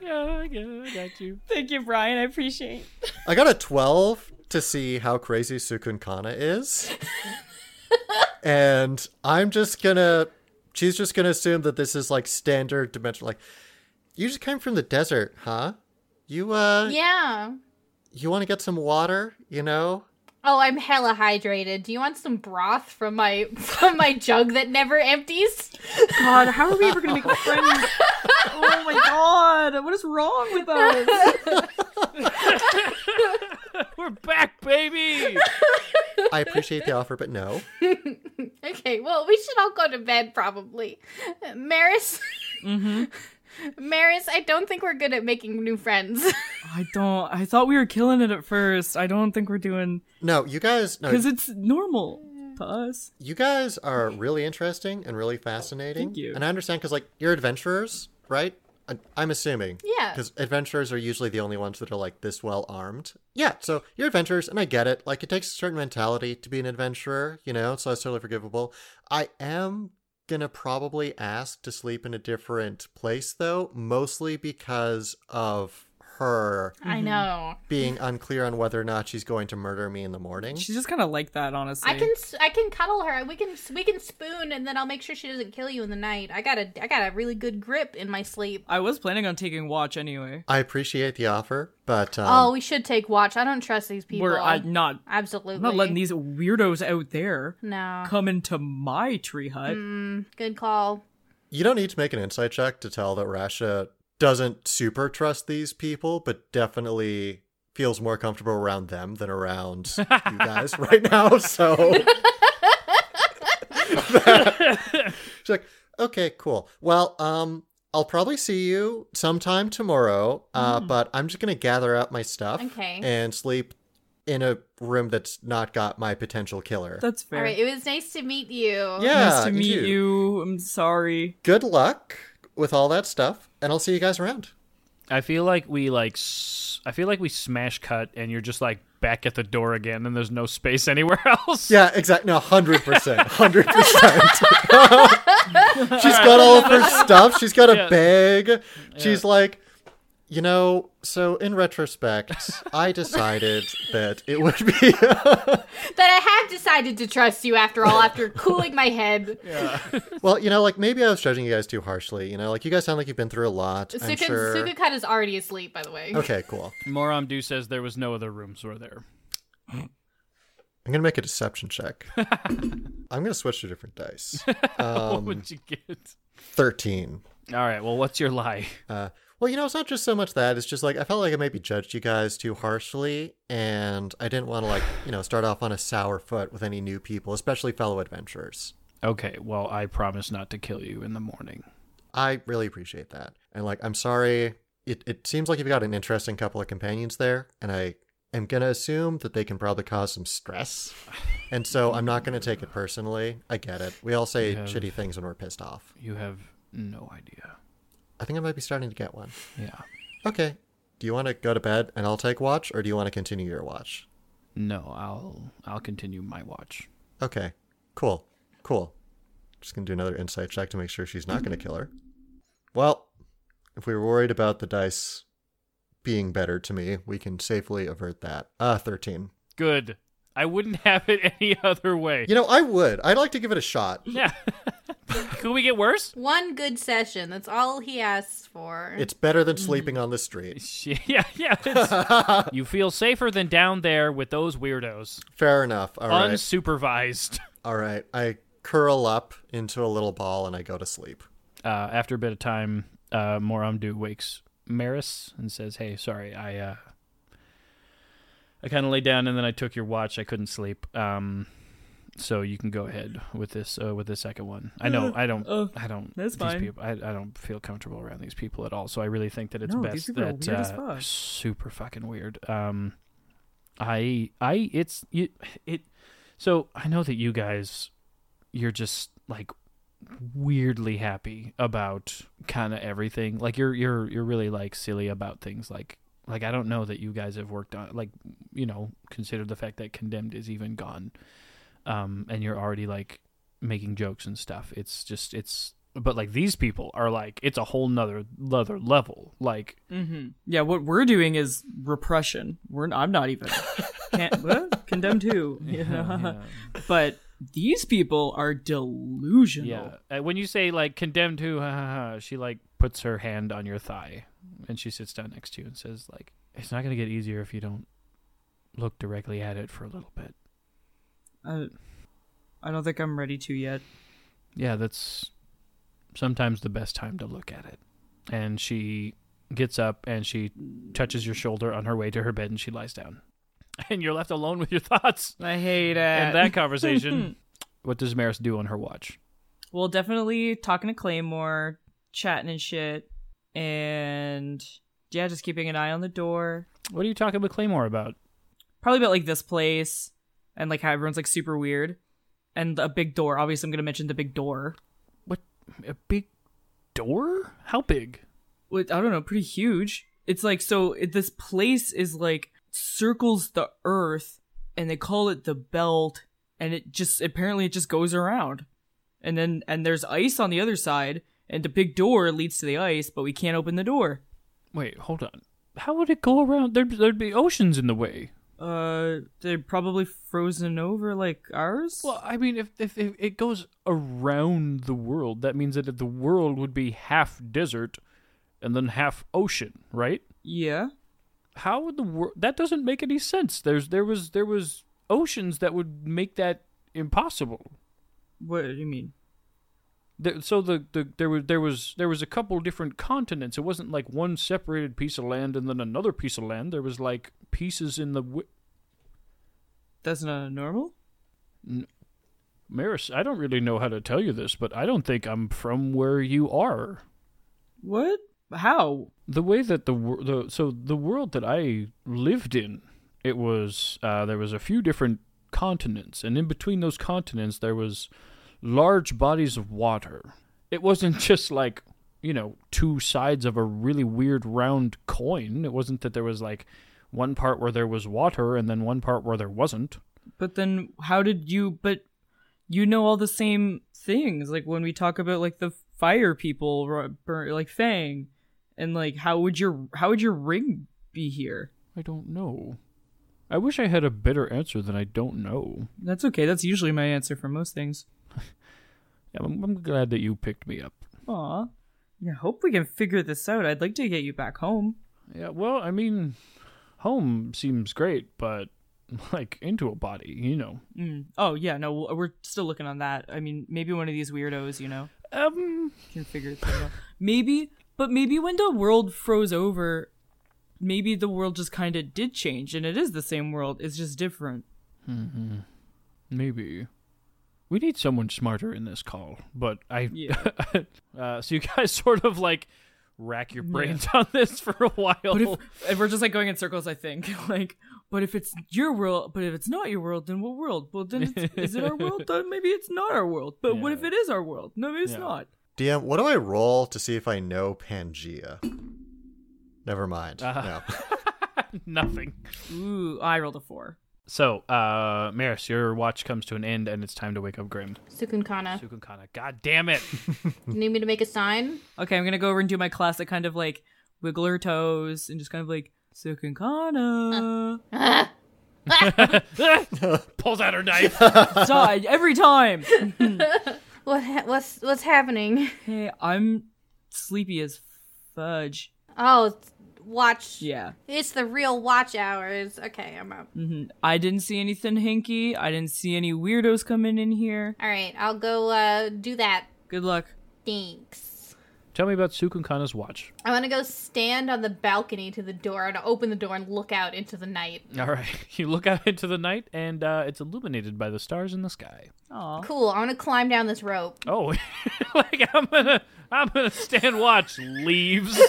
Yeah, yeah, I got you.
Thank you, Brian. I appreciate.
I got a 12 to see how crazy Sukun Kana is. and I'm just gonna she's just gonna assume that this is like standard dimension like you just came from the desert, huh? You uh
yeah
you wanna get some water, you know?
oh i'm hella hydrated do you want some broth from my from my jug that never empties
God, how are we ever gonna make friends? oh my God, what is wrong with us?
We're back, baby.
I appreciate the offer, but no.
okay well we should all go to bed probably maris
Mm-hmm.
maris i don't think we're good at making new friends
I don't. I thought we were killing it at first. I don't think we're doing
No, you guys no
because it's normal to us.
you guys are really interesting and really fascinating.
Mm-hmm. Thank you.
And I understand because like you're adventurers, right? I- I'm assuming.
Yeah.
Because adventurers are usually the only ones that are like this well armed. Yeah. So you're adventurers, and I get it. Like it takes a certain mentality to be an adventurer, you know. So that's totally forgivable. I am gonna probably ask to sleep in a different place though, mostly because of her
i know
being unclear on whether or not she's going to murder me in the morning.
She's just kind of like that, honestly.
I can s- I can cuddle her. We can we can spoon, and then I'll make sure she doesn't kill you in the night. I got a I got a really good grip in my sleep.
I was planning on taking watch anyway.
I appreciate the offer, but um,
Oh, we should take watch. I don't trust these people.
Where I'm not,
Absolutely.
I'm not letting these weirdos out there
No.
come into my tree hut.
Mm. Good call.
You don't need to make an insight check to tell that Rasha doesn't super trust these people, but definitely feels more comfortable around them than around you guys right now. So she's like, okay, cool. Well, um, I'll probably see you sometime tomorrow, uh,
Hmm.
but I'm just gonna gather up my stuff
Okay.
and sleep in a room that's not got my potential killer.
That's fair.
All right. It was nice to meet you.
yeah,
nice to
you
meet
too.
you. I'm sorry.
Good luck with all that stuff, and I'll see you guys around.
I feel like we like s- I feel like we smash cut and you're just like back at the door again and there's no space anywhere else.
Yeah, exactly. No, hundred percent, hundred percent. She's got all of her stuff. She's got a
Yeah.
bag. She's like, you know. So in retrospect, I decided that it would be.
that I have decided to trust you after all, after cooling my head.
well, you know, like maybe I was judging you guys too harshly. You know, like you guys sound like you've been through a lot. I'm
Sukan,
sure.
Sukukan is already asleep, by the way.
Okay, cool.
Moram Du says there was no other rooms were there.
I'm gonna make a deception check. I'm gonna switch to different dice.
what would you get?
Thirteen.
All right. Well, what's your lie?
Uh, well, you know, it's not just so much that. It's just like I felt like I maybe judged you guys too harshly, and I didn't want to like you know start off on a sour foot with any new people, especially fellow adventurers.
Okay. Well, I promise not to kill you in the morning.
I really appreciate that, and like I'm sorry. It it seems like you've got an interesting couple of companions there, and I am gonna assume that they can probably cause some stress, and so I'm not gonna take it personally. I get it. We all say shitty things when we're pissed off.
You have no idea.
I think I might be starting to get one.
Yeah.
Okay. Do you want to go to bed and I'll take watch, or do you want to continue your watch?
No, I'll I'll continue my watch.
Okay. Cool. Cool. Just gonna do another insight check to make sure she's not gonna kill her. Well, if we were worried about the dice being better to me, we can safely avert that. Uh thirteen.
Good. I wouldn't have it any other way.
You know, I would. I'd like to give it a shot.
Yeah. Could we get worse?
One good session. That's all he asks for.
It's better than sleeping on the street.
Shit. Yeah, yeah. it's- you feel safer than down there with those weirdos,
Fair enough. All right.
unsupervised.
All right. I curl up into a little ball and I go to sleep.
Uh, after a bit of time, uh, Moramdu wakes Maris and says, "Hey, sorry, I uh, I kind of lay down and then I took your watch. I couldn't sleep. Um, so you can go ahead with this uh, with the second one. I know I don't
Oh,
I don't
that's
these
fine.
people I, I don't feel comfortable around these people at all. So I really think that it's
No,
best
these people are
that
weird as
uh,
fuck.
super fucking weird. Um, I I it's you it so I know that you guys you're just like weirdly happy about kind of everything. Like you're you're you're really like silly about things like like I don't know that you guys have worked on like you know consider the fact that condemned is even gone um and you're already like making jokes and stuff. It's just it's but like these people are like it's a whole nother other level. Like
Mm-hmm.
Yeah, what we're doing is repression. We're I'm not even can't what? condemned who? You know? But these people are delusional.
yeah, Uh, when you say like condemned who, ha, ha, ha, she like puts her hand on your thigh and she sits down next to you and says like it's not gonna get easier if you don't look directly at it for a little bit.
I, I don't think I'm ready to yet.
yeah, that's sometimes the best time to look at it. And she gets up and she touches your shoulder on her way to her bed and she lies down. And you're left alone with your thoughts
I hate it.
and that conversation. what does Maris do on her watch?
well, definitely talking to Claymore, chatting and shit, and yeah, just keeping an eye on the door.
What are you talking with Claymore about?
Probably about like this place and like how everyone's like super weird. And a big door. Obviously, I'm going to mention the big door.
What a big door? How big?
with I don't know, pretty huge. It's like so it, this place is like circles the earth and they call it the belt and it just apparently it just goes around. And then and there's ice on the other side and the big door leads to the ice, but we can't open the door.
Wait, hold on. How would it go around? There'd, there'd be oceans in the way.
Uh they're probably frozen over like ours.
Well, I mean, if, if, if it goes around the world, that means that the world would be half desert and then half ocean, right?
yeah.
How would the world? That doesn't make any sense. There's there was there was oceans that would make that impossible.
What do you mean?
There, so the, the there was there was there was a couple different continents. It wasn't like one separated piece of land and then another piece of land. There was like pieces in the w-
That's not normal?
Maris. I don't really know how to tell you this, but I don't think I'm from where you are.
What? How?
the way that the wor- the so the world that I lived in, it was uh, there was a few different continents, and in between those continents there was large bodies of water. It wasn't just like you know, two sides of a really weird round coin. It wasn't that there was like one part where there was water and then one part where there wasn't.
But then how did you but you know all the same things like when we talk about like the fire people ro- bur- like Fang and like how would your how would your ring be here?
I don't know. I wish I had a better answer than I don't know.
That's okay. That's usually my answer for most things.
Yeah, I'm, I'm glad that you picked me up.
Aw. I hope we can figure this out. I'd like to get you back home.
Yeah, well, I mean, home seems great, but like into a body, you know.
Mm. Oh yeah, no, we'll- we're still looking on that. I mean, maybe one of these weirdos, you know,
Um,
can figure it out. maybe, but maybe when the world froze over, maybe the world just kind of did change, and it is the same world. It's just different.
maybe we need someone smarter in this call, but I.
Yeah.
uh, so you guys sort of like rack your brains on this for a while.
But if and we're just like going in circles, I think. Like, but if it's your world, but if it's not your world, then what world? Well, then it's, is it our world? Then maybe it's not our world. But what
Yeah.
if it is our world? No, maybe it's
Yeah.
not.
DM, what do I roll to see if I know Pangea? Never mind. No.
Nothing.
Ooh, I rolled a four.
So, uh, Maris, your watch comes to an end, and it's time to wake up Grim.
Sukunkana.
Sukunkana, god damn it!
You need me to make a sign?
Okay, I'm gonna go over and do my classic kind of like wiggle her toes and just kind of like Sukunkana.
Pulls out her knife.
Dodge every time.
What ha- what's what's happening?
Hey, I'm sleepy as fudge.
Oh, it's watch.
Yeah.
It's the real watch hours. Okay, I'm up.
Mm.
hmm I didn't see anything hinky. I didn't see any weirdos coming in here.
All right, I'll go uh, do that.
Good luck.
Thanks.
Tell me about Sukunkana's watch.
I want to go stand on the balcony to the door and open the door and look out into the night.
All right, you look out into the night, and uh, it's illuminated by the stars in the sky.
Aw.
Cool. I want to climb down this rope.
Oh, like I'm gonna, I'm gonna stand watch. Leaves.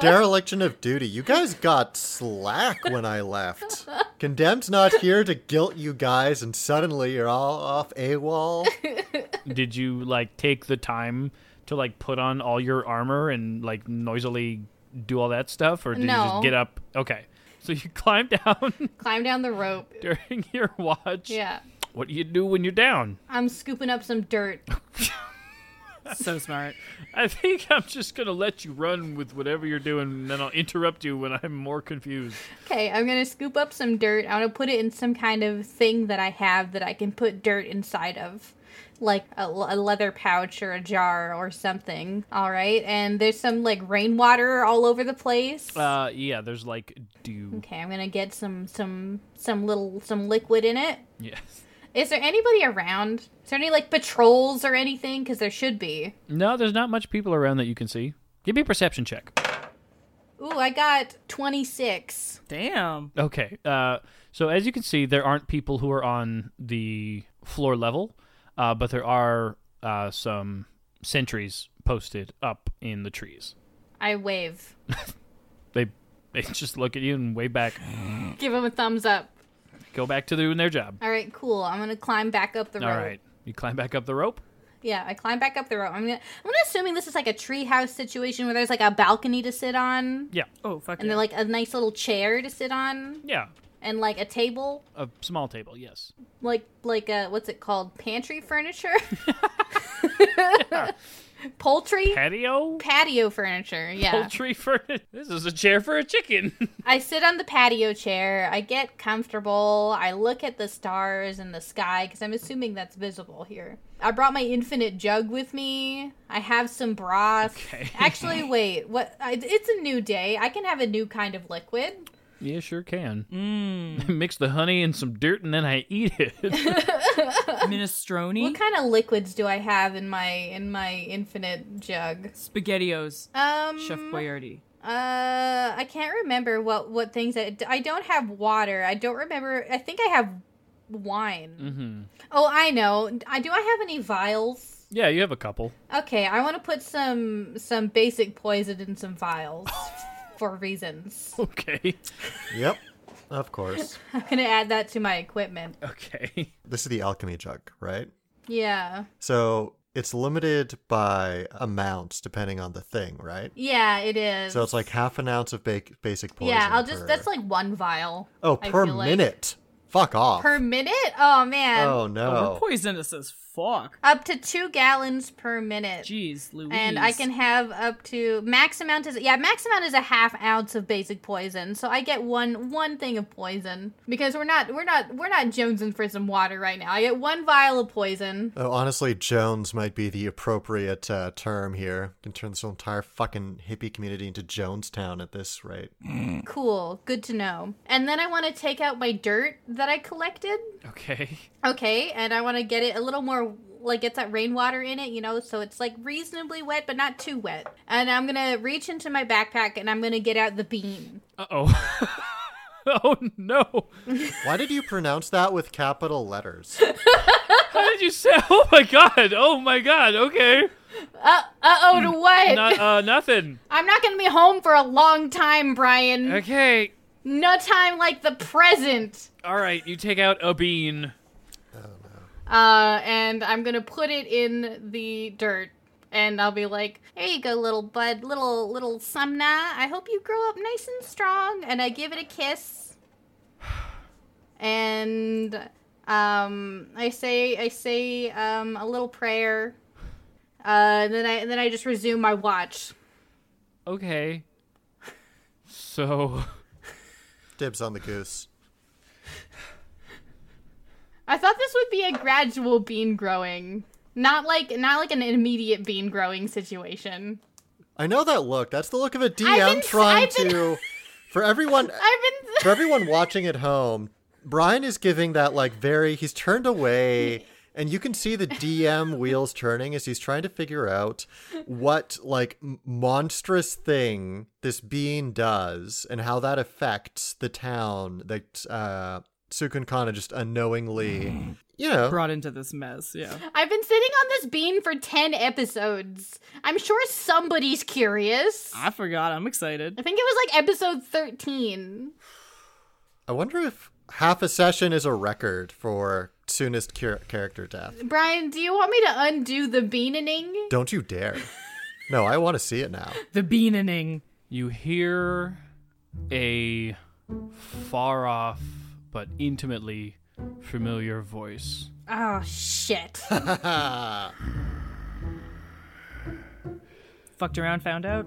Dereliction of duty. You guys got slack when I left. Condemned's not here to guilt you guys, and suddenly you're all off AWOL.
Did you like take the time to like put on all your armor and like noisily do all that stuff, or did you
No.
just get up? Okay, so you climb down
Climb down the rope.
during your watch.
Yeah.
What do you do when you're down?
I'm scooping up some dirt.
so smart.
I think I'm just gonna let you run with whatever you're doing, and then I'll interrupt you when I'm more confused.
Okay, I'm gonna scoop up some dirt. I want to put it in some kind of thing that I have that I can put dirt inside of, like a, l- a leather pouch or a jar or something. All right, and there's some like rainwater all over the place.
Uh, yeah, there's like dew.
okay, I'm gonna get some some some little some liquid in it.
Yes.
Is there anybody around? Is there any like patrols or anything? Because there should be.
No, there's not much people around that you can see. Give me a perception check.
Ooh, I got 26.
Damn.
Okay. Uh, so as you can see, there aren't people who are on the floor level, uh, but there are uh, some sentries posted up in the trees.
I wave.
They they just look at you and wave back.
Give them a thumbs up.
Go back to doing their job.
All right, cool. I'm gonna climb back up the
All
rope.
right. You climb back up the rope.
Yeah, I climb back up the rope. I'm gonna, I'm gonna assuming this is like a treehouse situation where there's like a balcony to sit on,
Yeah.
Oh fuck.
and then like a nice little chair to sit on,
Yeah.
and like a table,
A small table. Yes.
like like a what's it called, pantry furniture, poultry,
Patio.
patio furniture. Yeah,
Poultry for this is a chair for a chicken.
I sit on the patio chair. I get comfortable. I look at the stars and the sky because I'm assuming that's visible here. I brought my infinite jug with me. I have some broth.
Okay.
Actually, wait. What? I, it's a new day. I can have a new kind of liquid.
yeah, sure can. Mix the honey and some dirt, and then I eat it.
minestrone,
What kind of liquids do I have in my in my infinite jug?
spaghettios,
Um.
Chef Boyardee.
Uh, I can't remember what what things I I don't have water. I don't remember. I think I have wine.
hmm
Oh, I know. I do. I have any vials?
Yeah, you have a couple.
Okay, I want to put some some basic poison in some vials for reasons.
Okay.
Yep, of course.
I'm gonna add that to my equipment.
Okay.
This is the alchemy jug, right?
Yeah.
So It's limited by amounts depending on the thing, right?
Yeah, it is.
So it's like half an ounce of ba- basic poison.
yeah, I'll just
per-
that's like one vial.
oh
I
per
feel like.
minute. Fuck off.
Per minute? Oh man.
Oh,
oh
we're
no.
poisonous as fuck.
Up to two gallons per minute.
Jeez, Louise.
And I can have up to max amount is yeah max amount is a half ounce of basic poison, so I get one one thing of poison because we're not we're not we're not jonesing for some water right now. I get one vial of poison.
Oh, honestly, Jones might be the appropriate uh, term here. Can turn this whole entire fucking hippie community into Jonestown at this rate.
Cool, good to know. And then I want to take out my dirt that I collected.
Okay.
Okay, and I want to get it a little more like it's that rainwater in it, you know, so it's like reasonably wet but not too wet. And I'm gonna reach into my backpack and I'm gonna get out the bean.
Uh oh. oh no.
Why did you pronounce that with capital letters?
How did you say? Oh my god. Oh my god. Okay.
Uh oh, to what?
Not uh nothing.
I'm not gonna be home for a long time, Brian.
Okay.
No time like the present.
All right. You take out a bean.
Uh, and I'm gonna put it in the dirt. And I'll be like, there you go, little bud, little, little Sumna. I hope you grow up nice and strong. And I give it a kiss. And, um, I say, I say, um, a little prayer. Uh, and then I, then I just resume my watch.
Okay. So
Dibs on the goose.
I thought this would be a gradual bean growing, not like not like an immediate bean growing situation.
I know that look. That's the look of a DM
I've been-
trying
I've been-
to. For everyone,
I've been
for everyone watching at home, Brian is giving that like very. He's turned away, and you can see the DM wheels turning as he's trying to figure out what like m- monstrous thing this being does and how that affects the town that uh, Sukun Kana just unknowingly, you know,
brought into this mess. Yeah.
I've been sitting on this bean for ten episodes. I'm sure somebody's curious.
I forgot. I'm excited.
I think it was like episode thirteen.
I wonder if half a session is a record for soonest char- character death.
Brian, do you want me to undo the beanening?
Don't you dare. No, I want to see it now.
The beaning.
you hear a far off but intimately familiar voice.
Oh shit!
Fucked around, found out.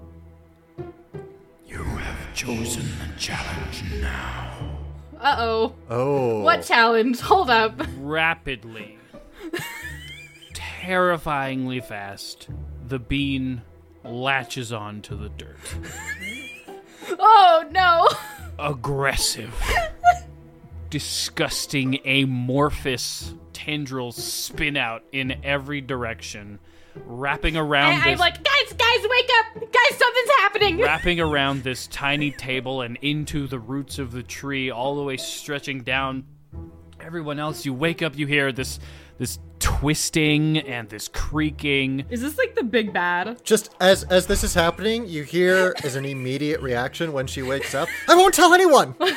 You have chosen the challenge now.
Uh oh.
Oh.
What challenge? Hold up.
rapidly, terrifyingly fast, the bean latches on to the dirt.
Oh no.
Aggressive, disgusting, amorphous tendrils spin out in every direction, wrapping around
I, I'm
this.
like, guys, guys, wake up! Guys, something's happening.
Wrapping around this tiny table and into the roots of the tree, all the way stretching down everyone else. You wake up, you hear this this twisting and this creaking.
Is this like the big bad?
Just as as this is happening, you hear as an immediate reaction when she wakes up, I won't tell anyone. Wait,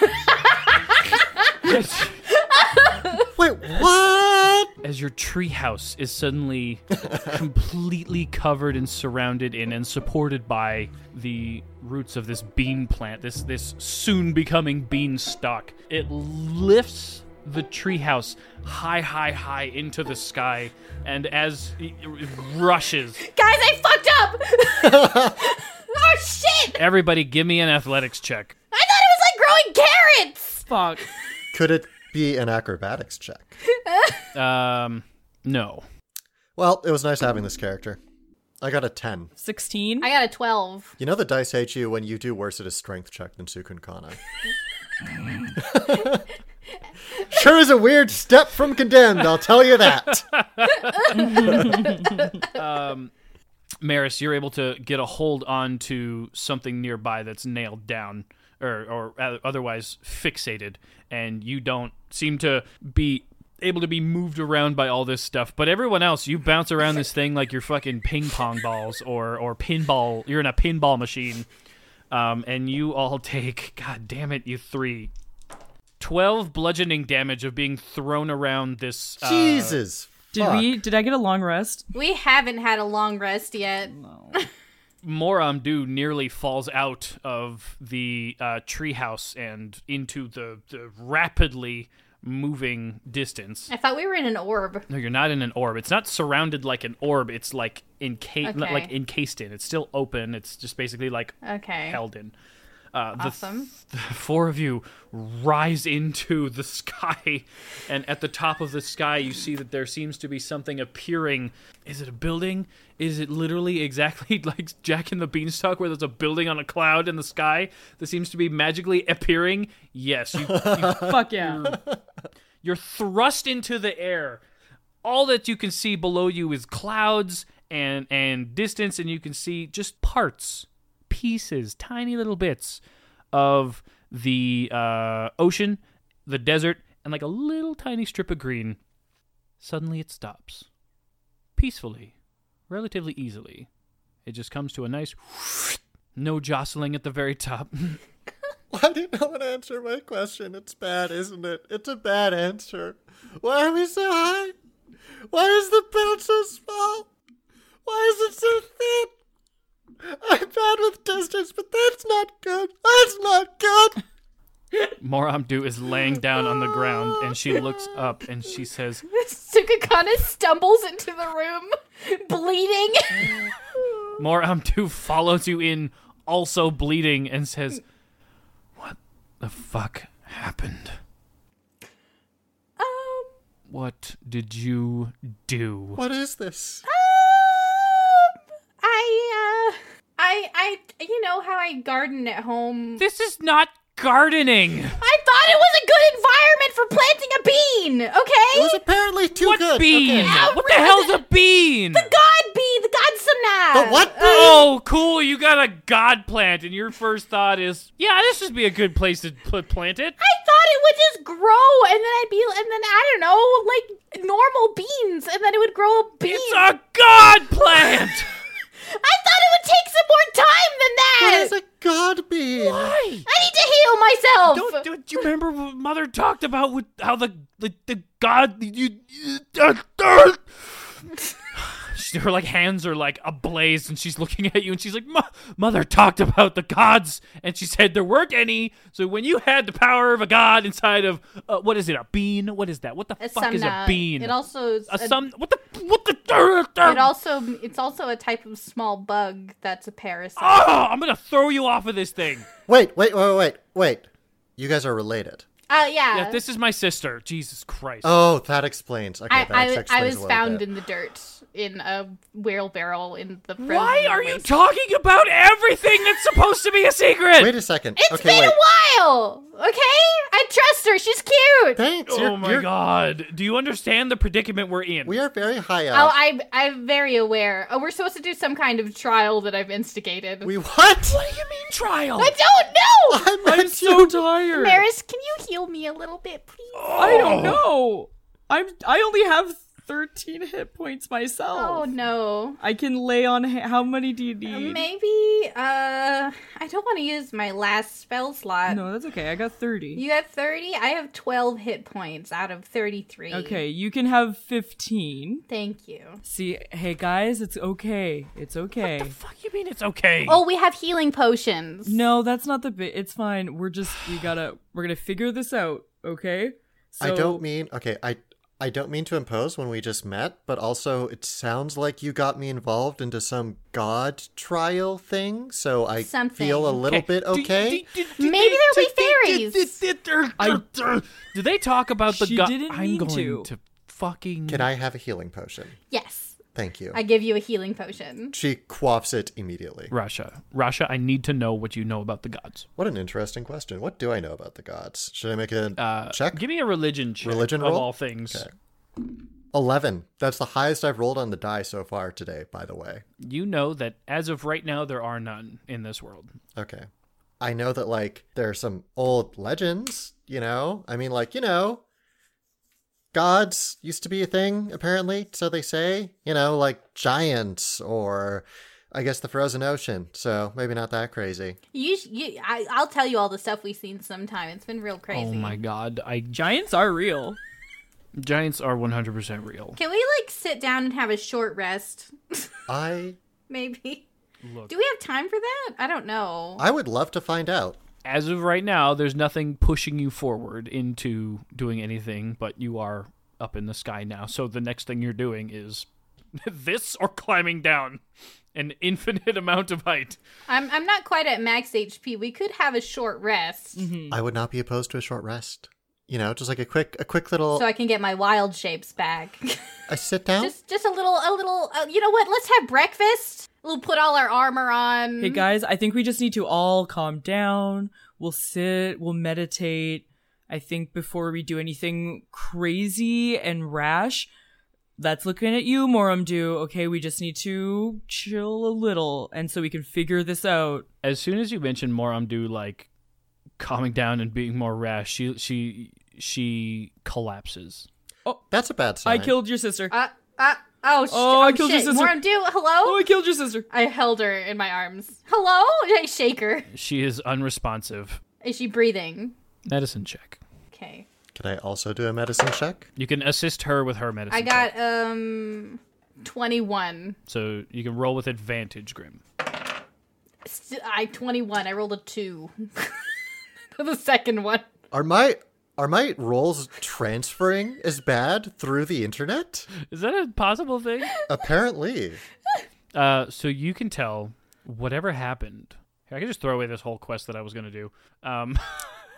what?
as your treehouse is suddenly completely covered and surrounded in and supported by the roots of this bean plant, this this soon becoming bean stalk. It lifts the treehouse high, high, high into the sky, and as it it rushes,
Guys, I fucked up! oh shit!
everybody, give me an athletics check.
I thought it was like growing carrots!
Fuck.
Could it be an acrobatics check?
Um, no.
Well, it was nice having this character. I got a 10.
16?
I got a 12.
You know the dice hate you when you do worse at a strength check than Sukun Kana. sure is a weird step from condemned, I'll tell you that.
Maris, you're able to get a hold on to something nearby that's nailed down or, or oth- otherwise fixated, and you don't seem to be able to be moved around by all this stuff. But everyone else, you bounce around this thing like you're fucking ping pong balls or, or pinball. You're in a pinball machine. Um, and you all take, god damn it, you three. 12 bludgeoning damage of being thrown around this. uh,
Jesus
Did we? Did I get a long rest?
We haven't had a long rest yet.
Moramdu nearly falls out of the uh, treehouse and into the, the rapidly moving distance.
I thought we were in an orb.
No, you're not in an orb. It's not surrounded like an orb. It's like enca-
Okay.
like encased in. It's still open. It's just basically like
Okay.
held in. Uh, the
Awesome.
four of you rise into the sky and at the top of the sky you see that there seems to be something appearing is it a building is it literally exactly like jack and the beanstalk where there's a building on a cloud in the sky that seems to be magically appearing yes you,
Fuck yeah.
you're thrust into the air all that you can see below you is clouds and and distance and you can see just parts pieces tiny little bits of the uh, ocean the desert and like a little tiny strip of green suddenly it stops peacefully relatively easily it just comes to a nice no jostling at the very top
Why did no one answer my question? It's bad, isn't it? It's a bad answer. Why are we so high? Why is the build so small? Why is it so thin? I'm bad with distance, but that's not good. That's not good.
moramdu is laying down on the ground and she looks up and she says
Sukakana stumbles into the room, bleeding.
Moramtu um, follows you in, also bleeding, and says, What the fuck happened?
um,
What did you do?
What is this?
um, I, uh, I, I, you know how I garden at home.
This is not gardening!
I thought it was a good environment for planting a bean. Okay.
It was apparently too
What
good.
bean?
Okay.
What the hell's a bean?
god bean, the god Samna.
The what bean?
Oh, cool! You got a god plant, and your first thought is, "Yeah, this would be a good place to put plant it."
I thought it would just grow, and then I'd be, and then I don't know, like normal beans, and then it would grow a bean.
It's
I
a god plant.
thought it would take some more time than
What
that.
is a god bean?
Why?
I need to heal myself.
Don't, do do you remember what Mother talked about with how the the, the God you, you uh, uh, she, her like hands are like ablaze and she's looking at you and she's like "Mo- Mother talked about the gods and she said there weren't any so when you had the power of a god inside of uh, what is it a bean what is that what the
A
fuck is a
Samna.
bean
It also is
a,
a-
some what the what the uh, uh,
It also it's also a type of small bug that's a parasite.
oh, I'm gonna throw you off of this thing
Wait, wait, wait, wait, wait. You guys are related.
Uh, yeah.
yeah this is my sister Jesus Christ
Oh, that explains. Okay,
I,
that
I,
explains
I was
a little
found
bit.
in the dirt in a wheelbarrow in the.
Why
frozen
are you
waste-
talking about everything that's supposed to be a secret?
Wait a second.
It's
okay,
been
wait.
a while. Okay, I trust her. She's cute.
Thanks.
oh
you're-
my
you're-
god. Do you understand the predicament we're in?
We are very high
Oh,
up.
I'm I'm very aware. Oh, we're supposed to do some kind of trial that I've instigated.
we what?
what do you mean trial?
I don't know.
I meant
I'm so
you.
tired.
Maris, can you heal me a little bit,
Oh,
please?
I
Oh.
don't know. I'm. I only have thirteen hit points myself.
Oh no.
I can lay on. Ha- how many do you need?
Maybe uh I don't want to use my last spell slot.
No, that's okay. I got thirty.
You have 30? I have 12 hit points out of 33.
Okay, you can have fifteen.
Thank you.
See, hey guys, it's okay. It's okay.
Fuck you mean it's okay.
Oh, we have healing potions.
No, that's not the bit. It's fine. We're just we gotta we're gonna figure this out, okay? So,
I don't mean okay. I I don't mean to impose when we just met, but also it sounds like you got me involved into some god trial thing, so I
Something.
feel a little bit
Do-
okay.
do- do- do
Maybe
they-
there'll be
do- do-
fairies.
do- do-
I-
do- Do they talk about the
She
god?
didn't
I'm
mean
going
to.
fucking
Can I have a healing potion?
Yes.
Thank you.
I give you a healing potion.
She quaffs it immediately.
Rasha. Rasha, I need to know what you know about the gods.
What an interesting question. What do I know about the gods? Should I make a
Uh,
check?
Give me a religion check
Religion
of
roll?
all things.
Okay. Eleven. That's the highest I've rolled on the die so far today. By the way.
You know that as of right now there are none in this world.
Okay. I know that like there are some old legends, you know? I mean like, you know, gods used to be a thing apparently, so they say, you know, like giants or I guess the frozen ocean. So maybe not that crazy.
You, sh- you I, I'll Oh tell you all the stuff we've seen sometime. It's been real crazy.
Oh my god. I
giants are real.
Giants are 100% real.
Can we like sit down and have a short rest?
I
Maybe.
Look.
Do we have time for that? I don't know.
I would love to find out.
As of right now, there's nothing pushing you forward into doing anything, but you are up in the sky now. So the next thing you're doing is this or climbing down an infinite amount of height.
I'm I'm not quite at max HP. We could have a short rest
Mm-hmm.
I would not be opposed to a short rest. You know, just like a quick, a quick little.
so I can get my wild shapes back.
I sit down.
just just a little a little uh, you know what? Let's have breakfast. We'll put all our armor on.
Hey guys, I think we just need to all calm down. We'll sit, we'll meditate. I think before we do anything crazy and rash, that's looking at you, Morumdu. Okay, we just need to chill a little, and so we can figure this out.
as soon as you mentioned Moramdu like calming down and being more rash, she she she collapses.
That's a bad sign.
I killed your sister.
Uh, uh, oh, sh-
Oh,
oh,
I killed your
shit.
sister.
Moram, do hello?
oh, I killed your sister.
I held her in my arms. Hello? I shake her.
She is unresponsive.
Is she breathing?
Medicine check.
Okay.
Can I also do a medicine check?
You can assist her with her medicine.
I got
check.
um 21.
so you can roll with advantage, Grim.
St- I 21. I rolled a 2. For the second one.
Are my are my rolls transferring as bad through the internet?
Is that a possible thing?
Apparently.
Uh, so you can tell whatever happened. Here, I can just throw away this whole quest that I was gonna do. Um,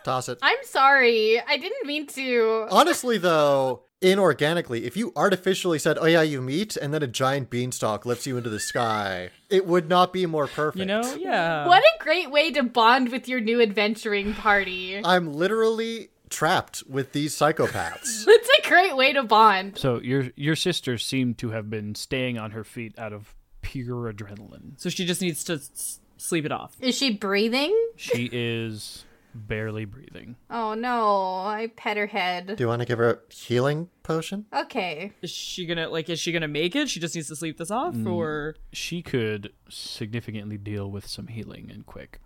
Toss it.
I'm sorry. I didn't mean to.
Honestly, though, inorganically, if you artificially said, "Oh yeah, you meet," and then a giant beanstalk lifts you into the sky, it would not be more perfect.
You know, yeah.
What a great way to bond with your new adventuring party.
I'm literally trapped with these psychopaths.
It's a great way to bond.
so your your sister seemed to have been staying on her feet out of pure adrenaline.
So she just needs to s- sleep it off.
Is she breathing?
She is barely breathing.
Oh no. I pet her head.
do you want to give her a healing potion?
Okay.
Is she gonna like? Is she gonna make it? She just needs to sleep this off, or
she could significantly deal with some healing and quick.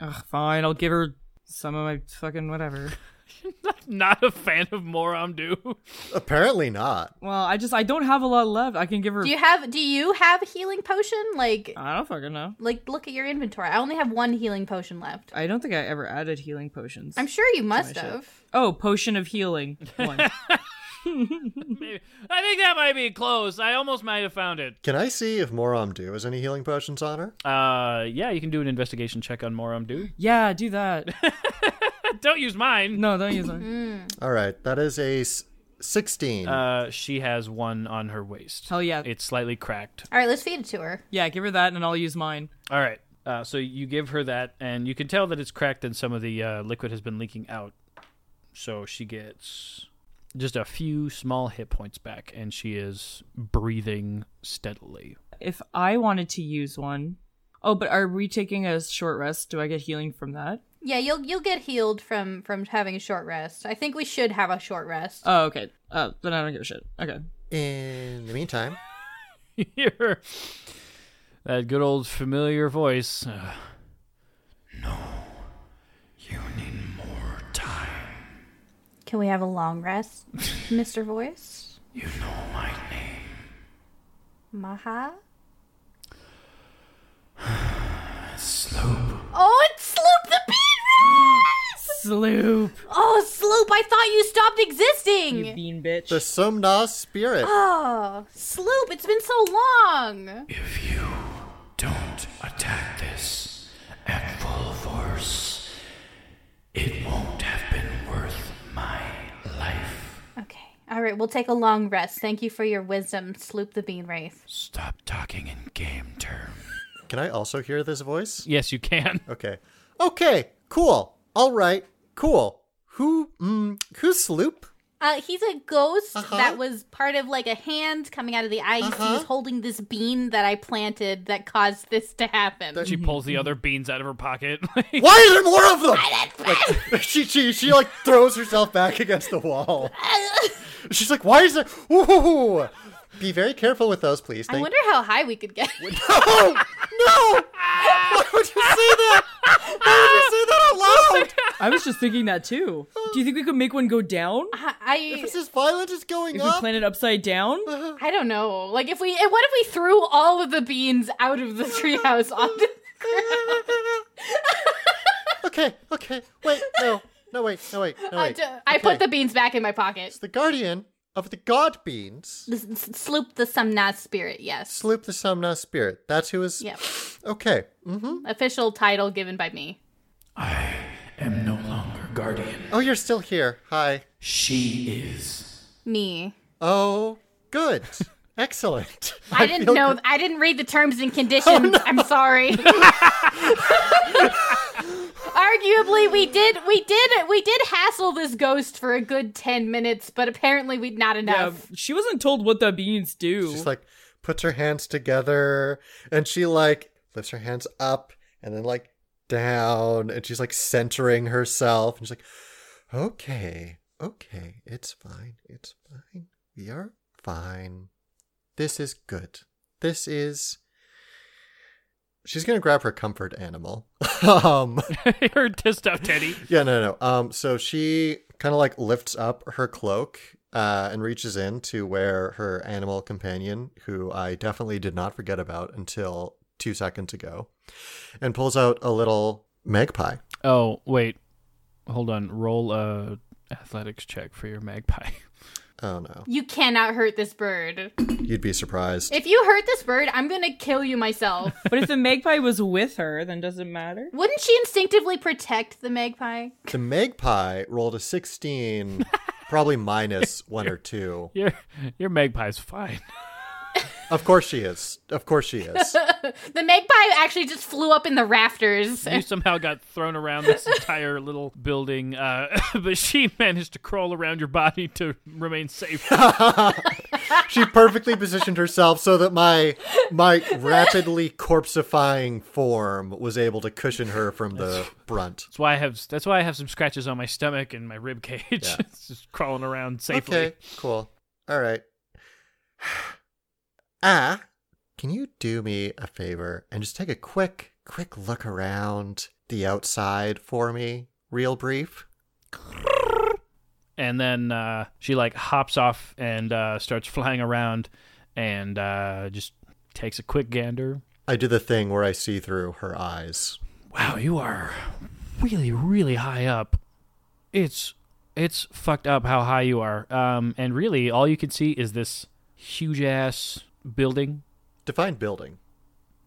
Ugh, fine. I'll give her some of my fucking whatever.
Not a fan of Moramdu.
Apparently not.
Well, I just I don't have a lot left. I can give her.
Do you have do you have a healing potion? Like
I don't fucking know.
like look at your inventory. I only have one healing potion left.
I don't think I ever added healing potions.
I'm sure you must have.
oh, potion of healing. One.
Maybe. I think that might be close. I almost might have found it.
Can I see if Moramdu has any healing potions on her?
Uh, yeah, you can do an investigation check on Moramdu.
yeah, do that.
Don't use mine.
No, don't use
Mm.
them.
All right, that is a s- sixteen.
Uh, she has one on her waist.
Hell Oh, yeah.
It's slightly cracked.
All right, let's feed it to her.
Yeah, give her that, and I'll use mine.
All right. Uh, so you give her that, and you can tell that it's cracked, and some of the uh, liquid has been leaking out. So she gets just a few small hit points back, and she is breathing steadily.
If I wanted to use one, oh, but are we taking a short rest? Do I get healing from that?
Yeah, you'll you'll get healed from from having a short rest. I think we should have a short rest.
Oh, okay. Uh, then I don't give a shit. Okay.
In the meantime,
Hear that good old familiar voice. Uh, no, you need more time.
Can we have a long rest, Mr. Voice?
You know my name.
Maha?
Slope.
Oh, it's Sloop the Bean
Sloop.
Oh, Sloop, I thought you stopped
You
existing!
bean bitch.
the Sumna spirit.
Oh, Sloop, it's been so long!
If you don't attack this at full force, it won't have been worth my life.
Okay, alright, we'll take a long rest. Thank you for your wisdom, Sloop the Bean Wraith.
Stop talking in game terms.
Can I also hear this voice?
Yes, you can.
Okay. Okay. Cool. All right. Cool. Who? Mm, who? Sloop?
Uh, he's a ghost
Uh-huh.
that was part of like a hand coming out of the ice. He was holding this bean that I planted that caused this to happen.
She pulls the other beans out of her pocket.
Why is there more of them? Like, she she she like throws herself back against the wall. She's like, why is there? Ooh. Be very careful with those, please.
I
Thank- Oh,
wonder how high we could get.
no! No! Why would you say that? Why would you say that out loud?
I was just thinking that too. Do you think we could make one go down?
I
This is violent is going
If we
up.
plant it upside down?
I don't know. Like if we and what if we threw all of the beans out of the treehouse onto
okay, okay. Wait, no. No, wait, no, wait, no,
I,
wait.
d- I put
Okay.
the beans back in my pocket.
The guardian of the god beans
S- s- Sloop the Sumna spirit, yes.
sloop the Sumna spirit. That's who is.
Yep.
Okay.
Official title given by me.
I am no longer guardian.
Oh, you're still here. Hi.
She is.
Me.
Oh, good. Excellent.
I, didn't
feel
know.
gr-
I didn't read the terms and conditions. I'm sorry. Arguably, we did, we did, we did hassle this ghost for a good ten minutes, but apparently, we not
Yeah,
enough.
Um, she wasn't told what the beans do.
She's like, puts her hands together and she like lifts her hands up and then like down and she's like centering herself. And she's like, okay, okay, it's fine. It's fine. We are fine. This is good. This is. She's going to grab her comfort animal. um.
Her pissed off teddy.
Yeah, no, no. Um, so she kind of like lifts up her cloak uh, and reaches in to where her animal companion, who I definitely did not forget about until two seconds ago, and pulls out a little magpie.
Oh wait, hold on. Roll a athletics check for your magpie.
Oh no,
You cannot hurt this bird.
you'd be surprised.
If you hurt this bird, I'm gonna kill you myself.
but if the magpie was with her, then does it matter?
Wouldn't she instinctively protect the magpie?
The magpie rolled a sixteen, probably minus one or two.
Your your magpie's fine.
Of course she is. Of course she is.
The magpie actually just flew up in the rafters.
You somehow got thrown around this entire little building, uh, but she managed to crawl around your body to remain safe.
she perfectly positioned herself so that my my rapidly corpsifying form was able to cushion her from the brunt.
That's why I have that's why I have some scratches on my stomach and my rib cage. it's just crawling around safely.
Okay, cool. All right. Ah, can you do me a favor and just take a quick quick look around the outside for me, real brief?
And then uh, she like hops off and uh, starts flying around and uh, just takes a quick gander.
I do the thing where I see through her eyes.
Wow, you are really really high up. It's it's fucked up how high you are. Um, and really all you can see is this huge ass building.
Define building.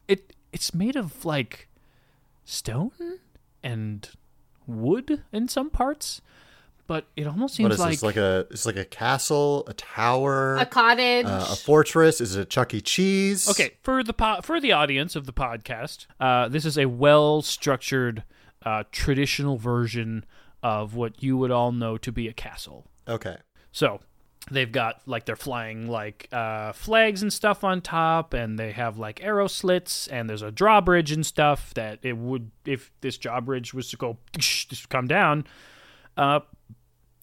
It it's made of like stone and wood in some parts. But it almost seems
what is this? Like a it's like a castle, a tower,
a cottage.
uh, a fortress? Is it a Chuck E. Cheese?
Okay, for the po- for the audience of the podcast, uh, this is a well structured, uh, traditional version of what you would all know to be a castle.
Okay.
So they've got like they're flying like uh, flags and stuff on top, and they have like arrow slits, and there's a drawbridge and stuff that it would if this drawbridge was to go just come down, uh,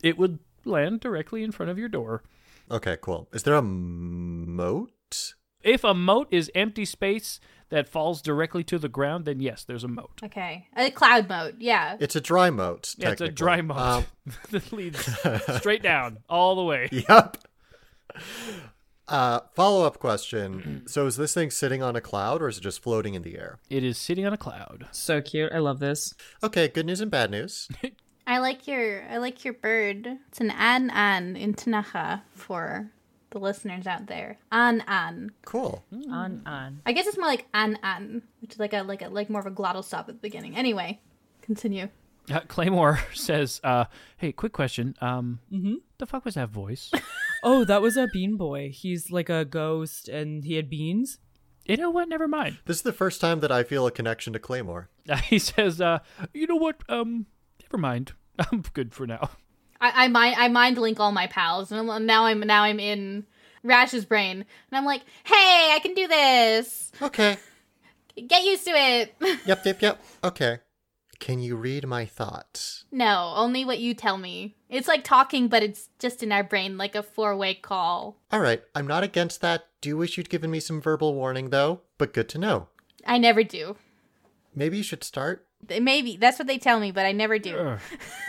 it would land directly in front of your door.
Okay, cool. Is there a moat?
If a moat is empty space that falls directly to the ground, then yes, there's a moat.
okay. A cloud mode. Yeah.
It's a dry moat.
Yeah, it's a
technically.
dry moat
Um,
that leads straight down all the way.
yep. Uh, follow up question. So is this thing sitting on a cloud or is it just floating in the air?
It is sitting on a cloud.
So cute. I love this.
Okay, good news and bad news.
I like your I like your bird. It's an an an in Tanaha for the listeners out there. An an.
Cool.
Hmm.
On, on.
I guess it's more like an an, which is like a like a like more of a glottal stop at the beginning. Anyway, continue.
Uh, Claymore says, uh, "Hey, quick question. Um, the fuck was that voice?
Oh, that was a bean boy. He's like a ghost and he had beans.
you know what? Never mind."
This is the first time that I feel a connection to Claymore.
he says, uh, "You know what? Um, never mind. I'm good for now."
I, I mind I mind link all my pals, and I'm- now I'm now I'm in Rash's brain, and I'm like, hey, I can do this.
Okay.
Get used to it.
Yep, yep, yep. Okay. Can you read my thoughts?
No, only what you tell me. It's like talking, but it's just in our brain, like a four way call.
All right, I'm not against that. Do wish you'd given me some verbal warning though, but good to know.
I never do.
Maybe you should start
Maybe that's what they tell me, but I never do.
Ugh,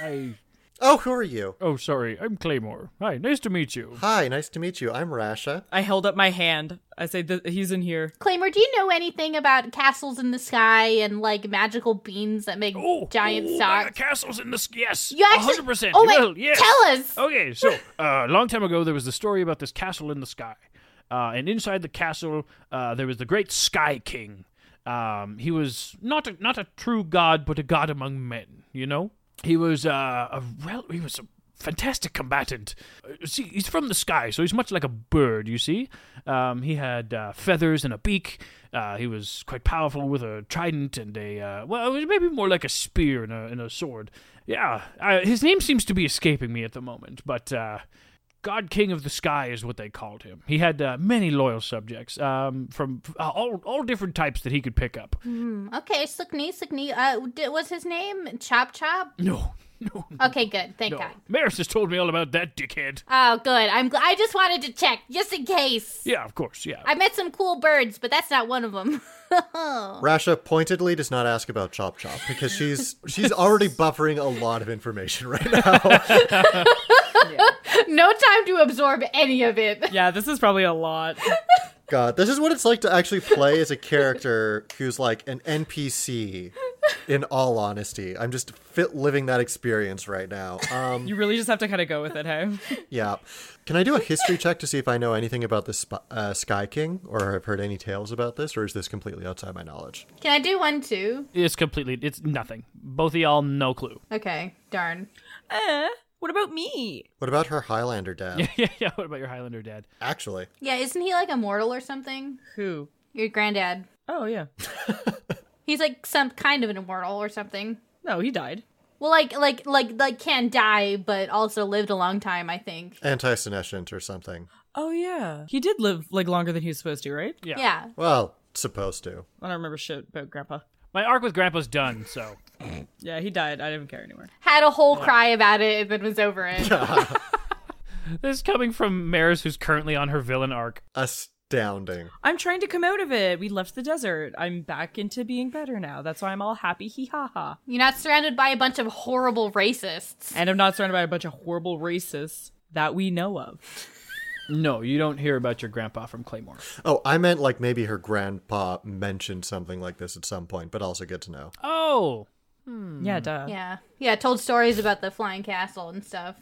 I
Oh, who are you?
oh sorry. I'm Claymore. Hi, nice to meet you.
Hi, nice to meet you. I'm Rasha.
I held up my hand. I say, "Th- he's in here.
Claymore, do you know anything about castles in the sky and like magical beans that make
Oh,
giant
oh, uh,
socks?
castles in the s- yes,
You actually-
100%.
Oh,
you
wait,
will, yes.
tell us.
Okay, so uh, a long time ago, there was the story about this castle in the sky, uh, and inside the castle, uh, there was the great Sky King. Um, he was not a, not a true god, but a god among men. You know, he was uh, a rel- he was a fantastic combatant. Uh, see, he's from the sky, so he's much like a bird. You see, um, he had uh, feathers and a beak. Uh, he was quite powerful with a trident and a uh, well, it was maybe more like a spear and a, and a sword. Yeah, uh, his name seems to be escaping me at the moment, but uh, God King of the Sky is what they called him. He had uh, many loyal subjects um, from uh, all all different types that he could pick up.
Mm. Okay, Slickney, Slickney. Uh, d- was his name Chop Chop?
No, no,
Okay, good. Thank
Mm-hmm. no.
God.
Maris has told me all about that dickhead.
Oh, good. I'm. Gl- I just wanted to check, just in case.
Yeah, of course. Yeah.
I met some cool birds, but that's not one of them.
Rasha pointedly does not ask about Chop Chop because she's she's already buffering a lot of information right now.
no time to absorb any of it.
Yeah, this is probably a lot.
God, this is what it's like to actually play as a character who's like an NPC. In all honesty, I'm just fit living that experience right now. Um,
You really just have to kind of go with it, hey?
yeah, can I do a history check to see if I know anything about this sp- uh, Sky King, or have heard any tales about this, or is this completely outside my knowledge?
Can I do one too?
It's completely. It's nothing. Both of y'all, no clue.
Okay, darn.
Eh, what about me?
What about her Highlander dad?
yeah, yeah. What about your Highlander dad?
Actually,
Yeah, isn't he like immortal or something?
Who?
Your granddad.
Oh, yeah.
He's like some kind of an immortal or something.
No, he died.
Well, like like like like can die, but also lived a long time. I think.
anti-senescent or something.
Oh, yeah. He did live, like, longer than he was supposed to, right?
Yeah.
Yeah.
Well, supposed to.
I don't remember shit about Grandpa.
My arc with Grandpa's done. So
Yeah, he died. I didn't care anymore.
Had a whole cry about it and then was over it.
this is coming from Maris, who's currently on her villain arc.
Astounding.
I'm trying to come out of it. We left the desert. I'm back into being better now. That's why I'm all happy. Hee ha ha.
You're not surrounded by a bunch of horrible racists.
And I'm not surrounded by a bunch of horrible racists that we know of.
No, you don't hear about your grandpa from Claymore.
Oh, I meant like maybe her grandpa mentioned something like this at some point, but also good to know.
Oh,
Hmm.
Yeah, duh.
Yeah. Yeah, told stories about the flying castle and stuff.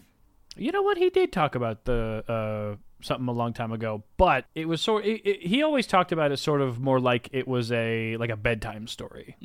You know what? He did talk about the uh, something a long time ago, but it was sort. It, it, he always talked about it sort of more like it was a like a bedtime story.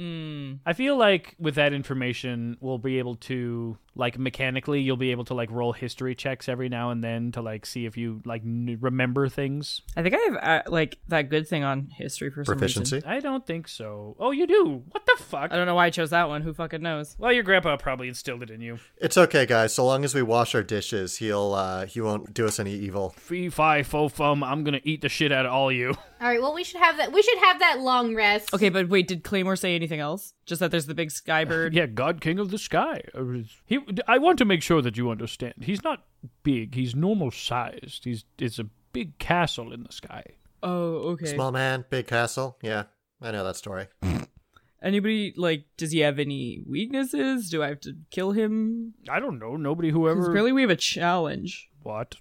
I feel like with that information, we'll be able to like mechanically, you'll be able to like roll history checks every now and then to like see if you like n- remember things.
I think I have uh, like that good thing on history for some
Proficiency.
reason.
I don't think so. Oh, you do. What the fuck?
I don't know why I chose that one. Who fucking knows?
Well, your grandpa probably instilled it in you.
It's okay, guys. So long as we wash our dishes, he'll uh, he won't do us any evil.
Fee fi fo fum. I'm gonna eat the shit out of all you.
All right, well we should have that we should have that long rest.
Okay, but wait, did Claymore say anything else? Just that there's the big sky bird.
Yeah, God King of the Sky. Uh, He, I want to make sure that you understand. He's not big. He's normal sized. He's it's a big castle in the sky.
Oh, okay.
Small man, big castle. Yeah, I know that story.
Anybody like? Does he have any weaknesses? Do I have to kill him?
I don't know. Nobody who
'Cause
ever
apparently we have a challenge.
what?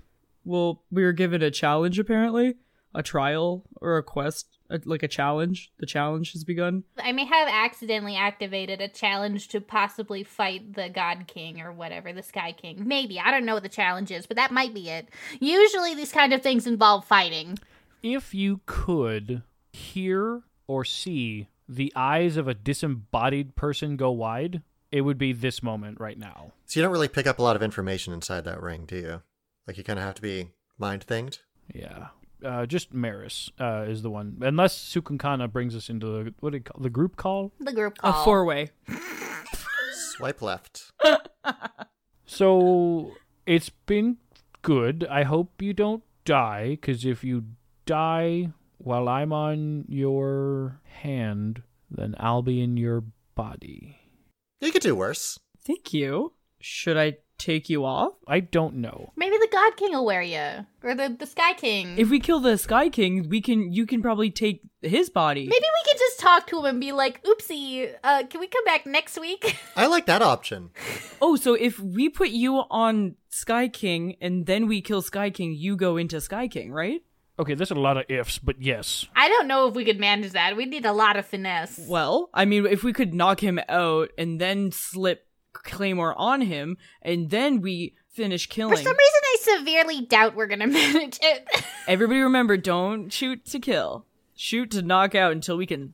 Well, we were given a challenge apparently, a trial or a quest, a, like a challenge. The challenge has begun.
I may have accidentally activated a challenge to possibly fight the God King or whatever, the Sky King. Maybe. I don't know what the challenge is, but that might be it. Usually these kind of things involve fighting.
If you could hear or see the eyes of a disembodied person go wide, it would be this moment right now.
So you don't really pick up a lot of information inside that ring, do you? Like you kind of have to be mind thinged.
Yeah. Uh, just Maris uh, is the one, unless Sukunkana brings us into the what do you call the group call.
The group
A
call.
four way.
Swipe left.
So it's been good. I hope you don't die, because if you die while I'm on your hand, then I'll be in your body.
You could do worse.
Thank you. Should I take you off?
I don't know.
Maybe the God King will wear you, or the the Sky King.
If we kill the Sky King, we can you can probably take his body.
Maybe we could just talk to him and be like, "Oopsie, uh, can we come back next week?"
I like that option.
Oh, so if we put you on Sky King and then we kill Sky King, you go into Sky King, right?
Okay, there's a lot of ifs, but yes.
I don't know if we could manage that. We need a lot of finesse.
Well, I mean, if we could knock him out and then slip Claymore on him, and then we finish
For
killing.
some reason, I severely doubt we're gonna manage it.
Everybody remember, don't shoot to kill. Shoot to knock out until we can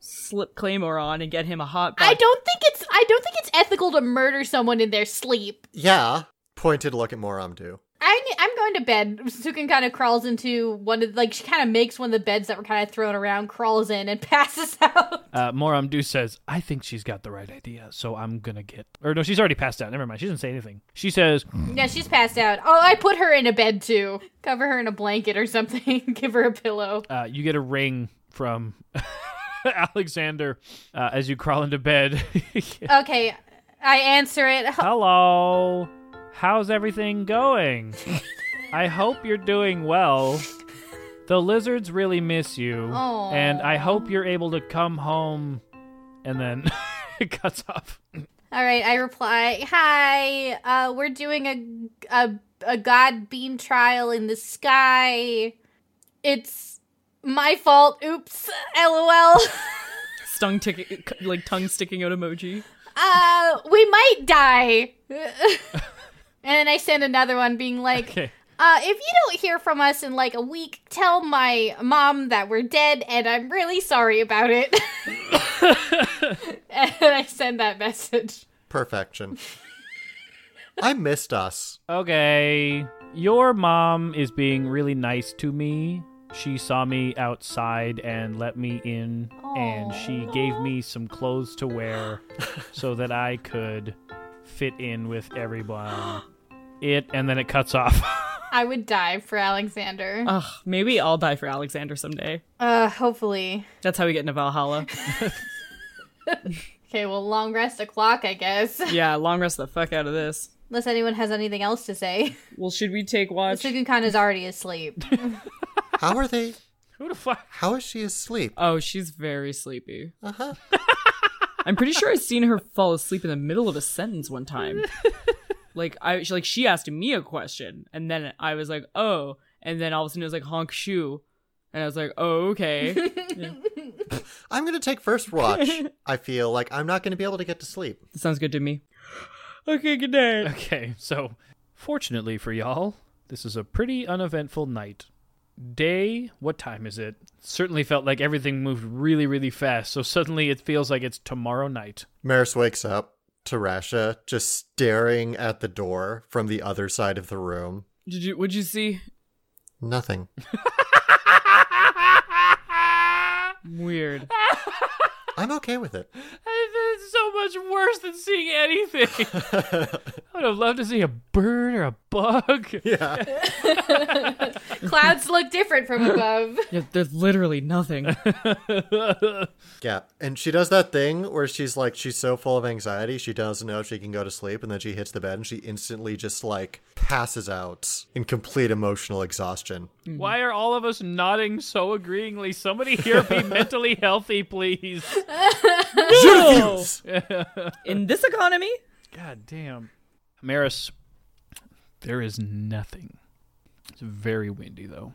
slip Claymore on and get him a hot.
I
box.
don't think it's I don't think it's ethical to murder someone in their sleep.
Yeah. Pointed look at Moramdu.
I ne- I'm going to bed. Sukin kind of crawls into one of like she kind of makes one of the beds that were kind of thrown around, crawls in and passes out.
Uh, Moramdu says, I think she's got the right idea, so I'm gonna get. Or no, she's already passed out. Never mind. She doesn't say anything. She says,
yeah, she's passed out. Oh, I put her in a bed too. Cover her in a blanket or something. Give her a pillow.
uh, you get a ring from Alexander uh, as you crawl into bed.
Okay, I answer it.
Hello. How's everything going? I hope you're doing well. The lizards really miss you.
Aw.
And I hope you're able to come home. And then it cuts off.
All right, I reply, "Hi, uh, we're doing a, a a god beam trial in the sky. It's my fault. Oops. LOL.
stung tick like tongue sticking out emoji.
uh, we might die." and then I send another one being like,
Okay.
uh, "If you don't hear from us in like a week, tell my mom that we're dead, and I'm really sorry about it." and I send that message.
Perfection. I missed us.
Okay. Your mom is being really nice to me. She saw me outside and let me in, and she gave me some clothes to wear so that I could fit in with everyone. It, and then it cuts off.
I would die for Alexander.
Ugh, maybe I'll die for Alexander someday.
Uh, hopefully.
That's how we get into Valhalla.
Okay, well, long rest o'clock, I guess.
yeah, long rest the fuck out of this.
Unless anyone has anything else to say.
Well, should we take watch?
Sukun-kan is already asleep.
How are they?
Who the fuck?
How is she asleep?
Oh, she's very sleepy.
Uh-huh.
I'm pretty sure I've seen her fall asleep in the middle of a sentence one time. like I she, like she asked me a question and then I was like, "Oh." And then all of a sudden it was like honk shoe. And I was like, "Oh, okay."
I'm going to take first watch. I feel like I'm not going to be able to get to sleep.
Sounds good to me. Okay, good night.
Okay, so fortunately for y'all, this is a pretty uneventful night. Day, what time is it? Certainly felt like everything moved really, really fast, so suddenly it feels like it's tomorrow night.
Maris wakes up to Rasha just staring at the door from the other side of the room.
Did you what'd you see?
Nothing.
Weird.
I'm okay with it.
It's so much worse than seeing anything. I would have loved to see a bird or a bug.
Yeah.
Clouds look different from above.
Yeah, there's literally nothing.
Yeah. And she does that thing where she's like, she's so full of anxiety, she doesn't know if she can go to sleep. And then she hits the bed and she instantly just like passes out in complete emotional exhaustion.
Why are all of us nodding so agreeingly? Somebody here be mentally healthy, please.
In this economy?
God damn. Maris, there is nothing. It's very windy, though.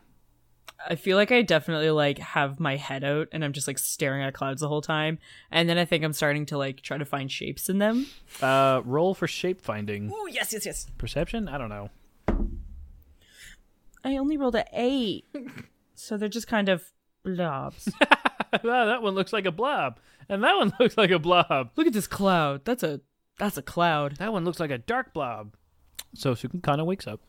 I feel like I definitely like have my head out and I'm just like staring at clouds the whole time. And then I think I'm starting to like try to find shapes in them.
Uh, roll for shape finding.
Oh, yes, yes, yes.
Perception? I don't know.
I only rolled a eight. so they're just kind of blobs.
Ah, that one looks like a blob. And that one looks like a blob.
Look at this cloud. That's a that's a cloud.
That one looks like a dark blob. So Sukunkana wakes up.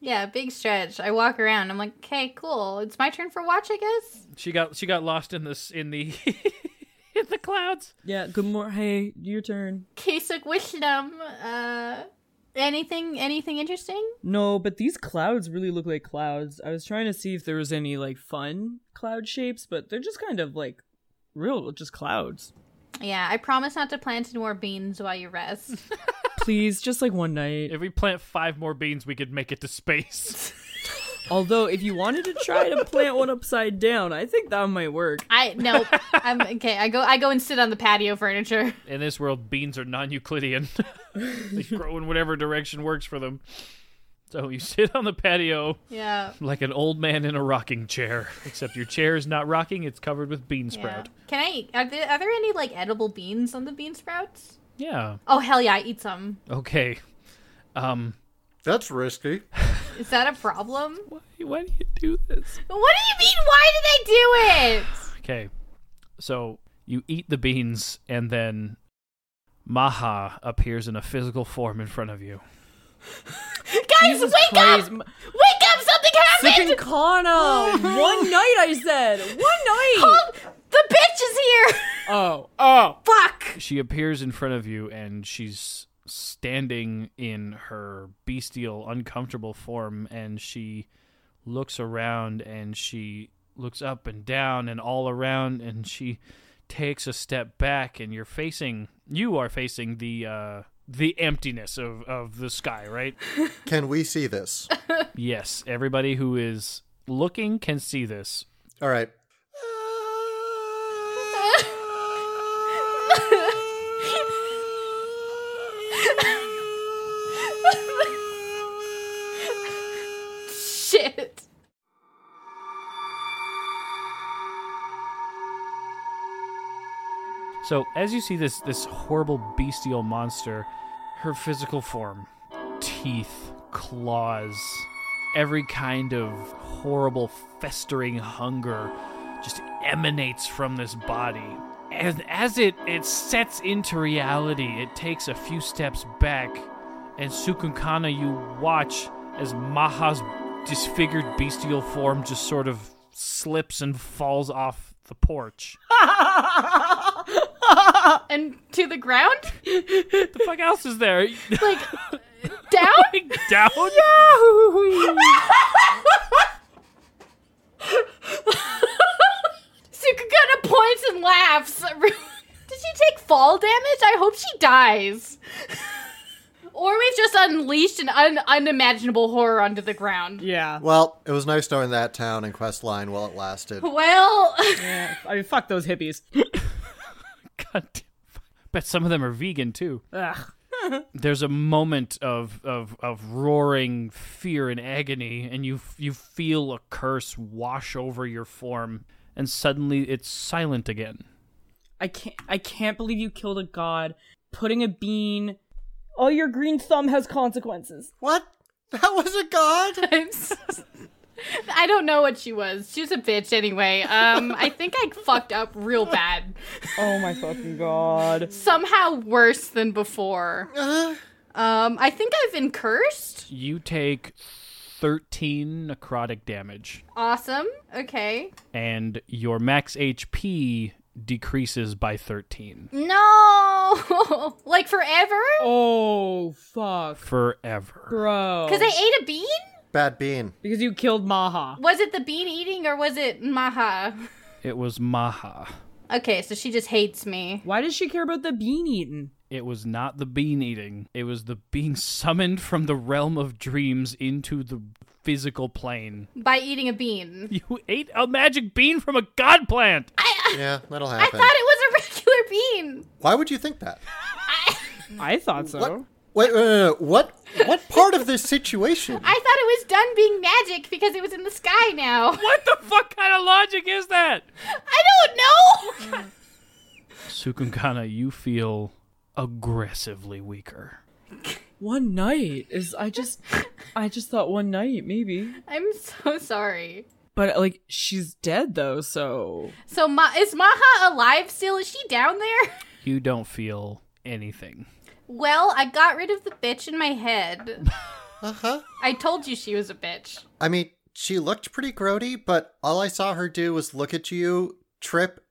yeah, big stretch. I walk around. I'm like, okay, cool. It's my turn for watch, I guess.
She got she got lost in this in the in the clouds.
Yeah, good morning. Hey, your turn.
Kesuk Wishnam. Uh, anything, anything interesting?
No, but these clouds really look like clouds. I was trying to see if there was any like fun cloud shapes, but they're just kind of like real just clouds.
Yeah, I promise not to plant any more beans while you rest.
Please, just like one night.
If we plant five more beans, we could make it to space.
Although, if you wanted to try to plant one upside down, I think that might work.
I no, I'm okay. I go I go and sit on the patio furniture.
In this world, beans are non Euclidean, they grow in whatever direction works for them. So you sit on the patio
Yeah.
like an old man in a rocking chair, except your chair is not rocking, it's covered with bean
yeah.
sprout.
Can I? Are there are there any like edible beans on the bean sprouts?
Yeah.
Oh hell yeah, I eat some.
Okay. Um,
That's risky.
Is that a problem?
why, why do you do this?
What do you mean? Why did they do it?
Okay. So you eat the beans, and then Maha appears in a physical form in front of you.
Guys,
Jesus
wake
Christ.
up! Wake up! Something happened!
Sipping Kana! One night, I said! One night!
Oh, the bitch is here!
Oh, oh.
Fuck!
She appears in front of you, and she's standing in her bestial, uncomfortable form, and she looks around and she looks up and down and all around, and she takes a step back, and you're facing, you are facing the, uh, the emptiness of, of the sky, right?
Can we see this?
Yes, everybody who is looking can see this.
All right.
Shit.
So, as you see this this horrible bestial monster, her physical form, teeth, claws, every kind of horrible festering hunger just emanates from this body. And as it it sets into reality, it takes a few steps back and Sukunkana, you watch as Maha's disfigured bestial form just sort of slips and falls off the porch.
And to the ground?
What the fuck else is there?
Like, down?
Down?
Sukagana points and laughs. Did she take fall damage? I hope she dies. or we've just unleashed an un- unimaginable horror onto the ground.
Yeah.
Well, it was nice knowing that town and quest line while it lasted.
Well,
yeah. I mean, fuck those hippies.
God damn. Bet some of them are vegan too.
Ugh.
There's a moment of, of of roaring fear and agony, and you you feel a curse wash over your form, and suddenly it's silent again.
I can't I can't believe you killed a god. Putting a bean Oh your green thumb has consequences.
What? That was a god?
I'm s- I don't know what she was. She was a bitch anyway. Um, I think I fucked up real bad.
Oh my fucking god.
Somehow worse than before. Um, I think I've been cursed.
You take thirteen necrotic damage.
Awesome. Okay.
and your max HP decreases by 13
No, like forever.
Oh fuck.
forever.
Bro.
Because I ate a bean?
Bad bean.
because you killed Maha.
Was it the bean eating or was it Maha?
It was Maha.
Okay, so she just hates me.
Why does she care about the bean eaten?
It was not the bean eating. It was the being summoned from the realm of dreams into the physical plane.
By eating a bean.
You ate a magic bean from a god plant.
Yeah, that'll
I
happen.
thought it was a regular bean.
Why would you think that?
I thought so.
What? Wait, wait, wait, wait. what? What part of this situation?
I thought it was done being magic because it was in the sky now.
What the fuck kind of logic is that?
I don't know.
Sukunkana, you feel aggressively weaker.
One night is I just I just thought one night maybe.
I'm so sorry.
But like she's dead though, so
So Ma- is Maha alive still? Is she down there?
You don't feel anything.
Well, I got rid of the bitch in my head.
Uh huh.
I told you she was a bitch.
I mean, she looked pretty grody, but all I saw her do was look at you, trip,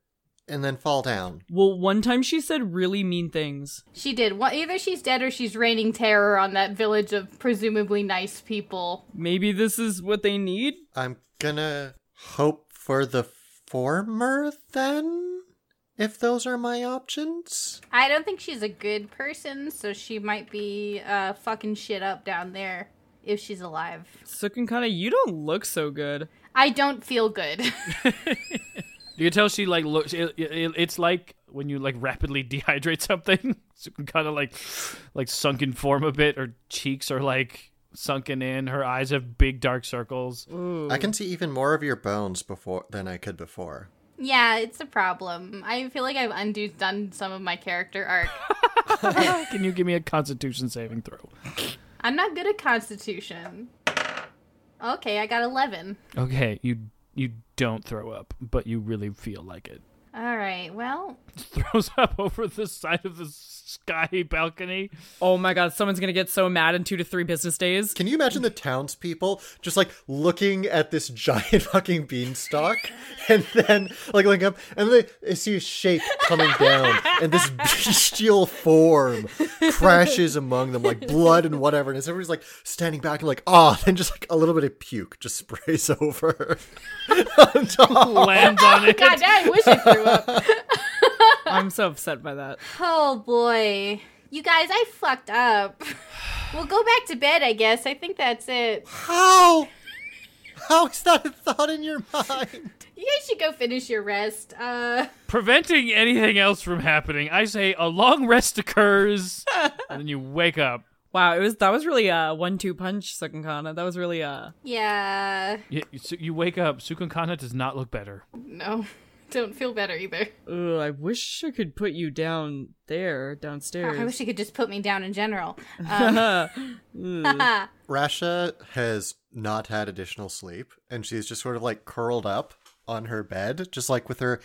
and then fall down.
well one time she said really mean things.
She did. Well, either she's dead or she's raining terror on that village of presumably nice people.
Maybe this is what they need?
I'm gonna hope for the former then? if those are my options.
I don't think she's a good person, so she might be uh, fucking shit up down there if she's alive.
Sukunkana, you don't look so good.
I don't feel good.
You can tell she like looks. It, it, it's like when you like rapidly dehydrate something, so kind of like like sunken form a bit. Her cheeks are like sunken in. Her eyes have big dark circles.
I can see even more of your bones before than I could before.
yeah, it's a problem. I feel like I've undone some of my character arc.
Can you give me a Constitution saving throw?
I'm not good at Constitution. Okay, I got 11.
Okay, you you don't throw up, but you really feel like it.
All right, well,
Throws up over the side of the sky balcony.
Oh my god, someone's gonna get so mad in two to three business days.
Can you imagine the townspeople just like looking at this giant fucking beanstalk and then like looking up and they, they see a shape coming down and this bestial form crashes among them like blood and whatever. And as everybody's like standing back and like, ah, then just like a little bit of puke just sprays over. on top.
Lands on it.
God, I wish I threw up.
I'm so upset by that.
Oh boy. You guys, I fucked up. We'll go back to bed, I guess. I think that's it.
How? How is that a thought in your mind?
You guys should go finish your rest. Uh
Preventing anything else from happening. I say a long rest occurs, and then you wake up.
Wow, it was that was really a one-two punch, Sukunkana. That was really uh
yeah.
You, you, so you wake up. Sukunkana does not look better.
No. Don't feel better either.
Ugh, I wish I could put you down there, downstairs.
I wish you could just put me down in general.
Rasha has not had additional sleep and she's just sort of like curled up on her bed, just like with her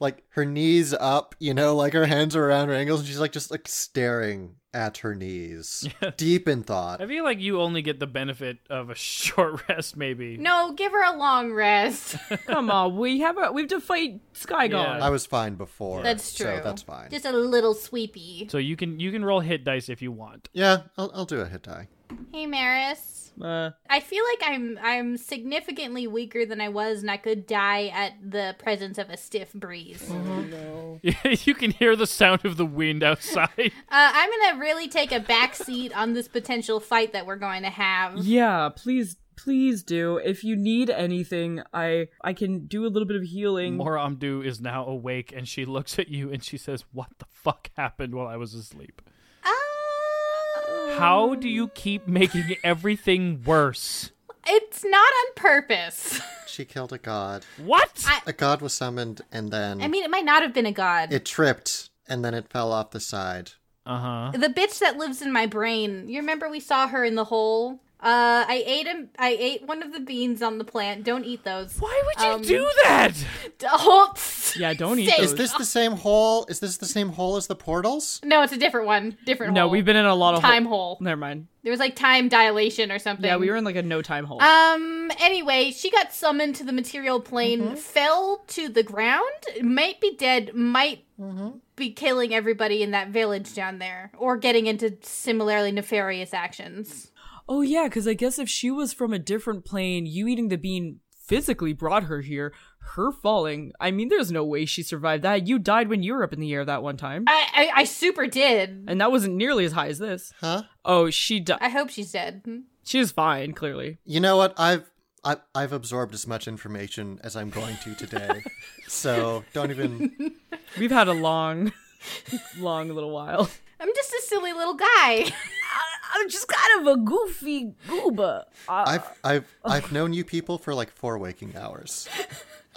like her knees up, you know, like her hands are around her ankles, and she's like just like staring at her knees. Deep in thought.
I feel like you only get the benefit of a short rest, maybe.
No, give her a long rest.
Come on, we have a we have to fight Sky God.
I was fine before.
That's true.
So that's fine.
Just a little sweepy.
So you can you can roll hit dice if you want.
Yeah, I'll, I'll do a hit die.
Hey Maris.
Uh,
I feel like I'm I'm significantly weaker than I was and I could die at the presence of a stiff breeze.
Mm-hmm.
Uh,
you can hear the sound of the wind outside.
Uh, I'm gonna really take a back seat on this potential fight that we're going to have.
yeah, please please do. If you need anything, I I can do a little bit of healing.
Mora Amdu is now awake, and she looks at you and she says, "What the fuck happened while I was asleep?
Oh,
How do you keep making everything worse?
it's not on purpose.
She killed a god.
What?
I-
A god was summoned and then
I mean, it might not have been a god.
it tripped and then it fell off the side.
Uh huh.
the bitch that lives in my brain. You remember we saw her in the hole? Uh, I ate him. I ate one of the beans on the plant. Don't eat those.
Why would you
Um,
do that?
Adults.
Yeah, don't eat
Sick.
those.
Is this the same hole? Is this the same hole as the portals?
No, it's a different one. Different.
no,
hole.
we've been in a lot of
time hole.
Never mind.
There was like time dilation or something.
Yeah, we were in like a no time hole.
Um. Anyway, she got summoned to the material plane,
Mm-hmm.
fell to the ground, might be dead, might
Mm-hmm.
be killing everybody in that village down there, or getting into similarly nefarious actions.
Oh yeah, because I guess if she was from a different plane, you eating the bean physically brought her here. Her falling. I mean, there's no way she survived that. You died when you were up in the air that one time,
I I, I super did.
and that wasn't nearly as high as this.
Huh?
Oh, she died.
I hope she's dead.
She's fine, clearly.
You know what? I've I, I've absorbed as much information as I'm going to today, so don't even.
We've had a long, long little while.
I'm just a silly little guy.
I'm just kind of a goofy goober.
Uh,
I've I've I've known you people for like four waking hours.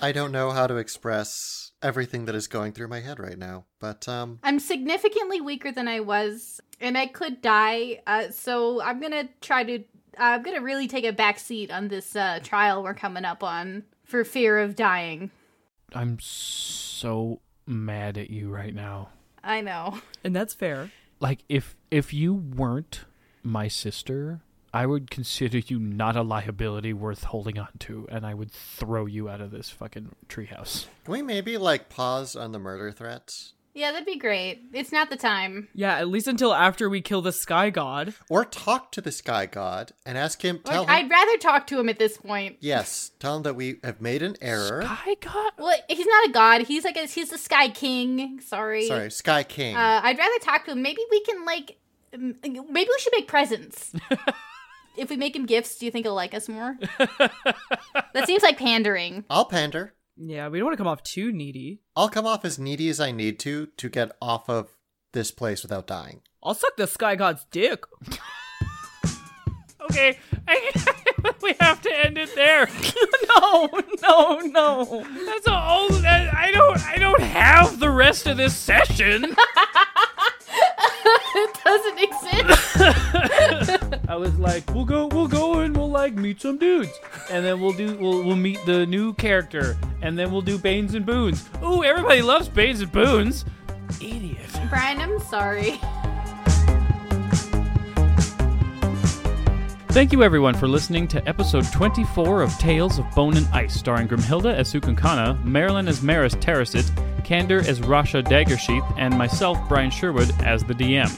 I don't know how to express everything that is going through my head right now, but um,
I'm significantly weaker than I was, and I could die. Uh, so I'm gonna try to. I'm gonna really take a back seat on this uh, trial we're coming up on for fear of dying.
I'm so mad at you right now.
I know.
and that's fair.
like if if you weren't my sister i would consider you not a liability worth holding on to and i would throw you out of this fucking treehouse
can we maybe like pause on the murder threats?
Yeah, that'd be great. It's not the time.
Yeah, at least until after we kill the sky god.
Or talk to the sky god and ask him. Tell
Like,
him.
I'd rather talk to him at this point.
Yes, tell him that we have made an error.
I got
Well, he's not a god. He's like a, he's the Sky King. Sorry.
Sorry, Sky King.
Uh, I'd rather talk to him. Maybe we can like, m- maybe we should make presents. if we make him gifts, do you think he'll like us more? that seems like pandering.
I'll pander.
Yeah, we don't want to come off too needy.
I'll come off as needy as I need to to get off of this place without dying.
I'll suck the sky god's dick.
okay. I, we have to end it there.
no, no, no.
That's all. That, I don't. I don't have the rest of this session.
it doesn't exist.
I was like, we'll go, we'll go, and we'll like meet some dudes, and then we'll do, we'll, we'll meet the new character, and then we'll do Banes and Boons. Ooh, everybody loves Banes and Boons. Idiot.
Brian, I'm sorry.
Thank you, everyone, for listening to episode 24 of Tales of Bone and Ice, starring Grimhilda as Sukunkana, Marilyn as Maris Terracit, Kander as Rasha Daggersheath, and myself, Brian Sherwood, as the DM.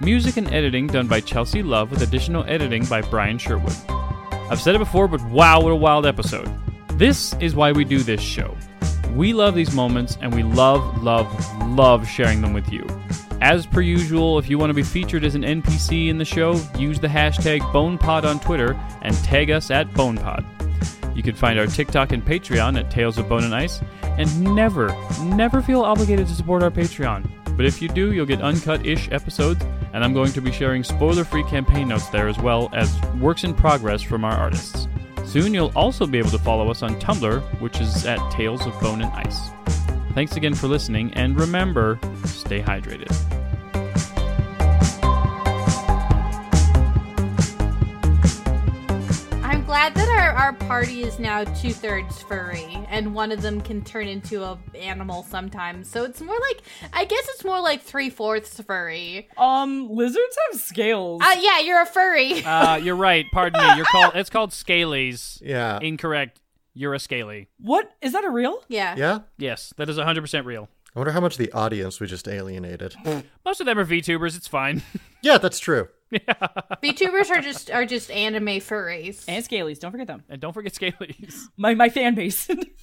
Music and editing done by Chelsea Love, with additional editing by Brian Sherwood. I've said it before, but wow, what a wild episode. This is why we do this show. We love these moments and we love, love, love sharing them with you. As per usual, if you want to be featured as an NPC in the show, use the hashtag BonePod on Twitter and tag us at BonePod. You can find our TikTok and Patreon at Tales of Bone and Ice, and never, never feel obligated to support our Patreon. But if you do, you'll get uncut ish episodes, and I'm going to be sharing spoiler free campaign notes there as well as works in progress from our artists. Soon you'll also be able to follow us on Tumblr, which is at Tales of Bone and Ice. Thanks again for listening, and remember, stay hydrated.
I'm glad that our, our party is now two thirds furry, and one of them can turn into a animal sometimes. So it's more like, I guess it's more like three fourths furry.
Um, lizards have scales.
Uh, yeah, you're a furry.
Uh, you're right. Pardon me. You're called. It's called scalies.
Yeah.
Incorrect. You're a scaly.
what is that a real?
yeah.
Yeah?
Yes, that is 100% real.
I wonder how much of the audience we just alienated.
Most of them are VTubers. It's fine.
yeah, that's true.
VTubers are just are just anime furries.
And scalies. Don't forget them.
And don't forget Scalies.
My my fan base.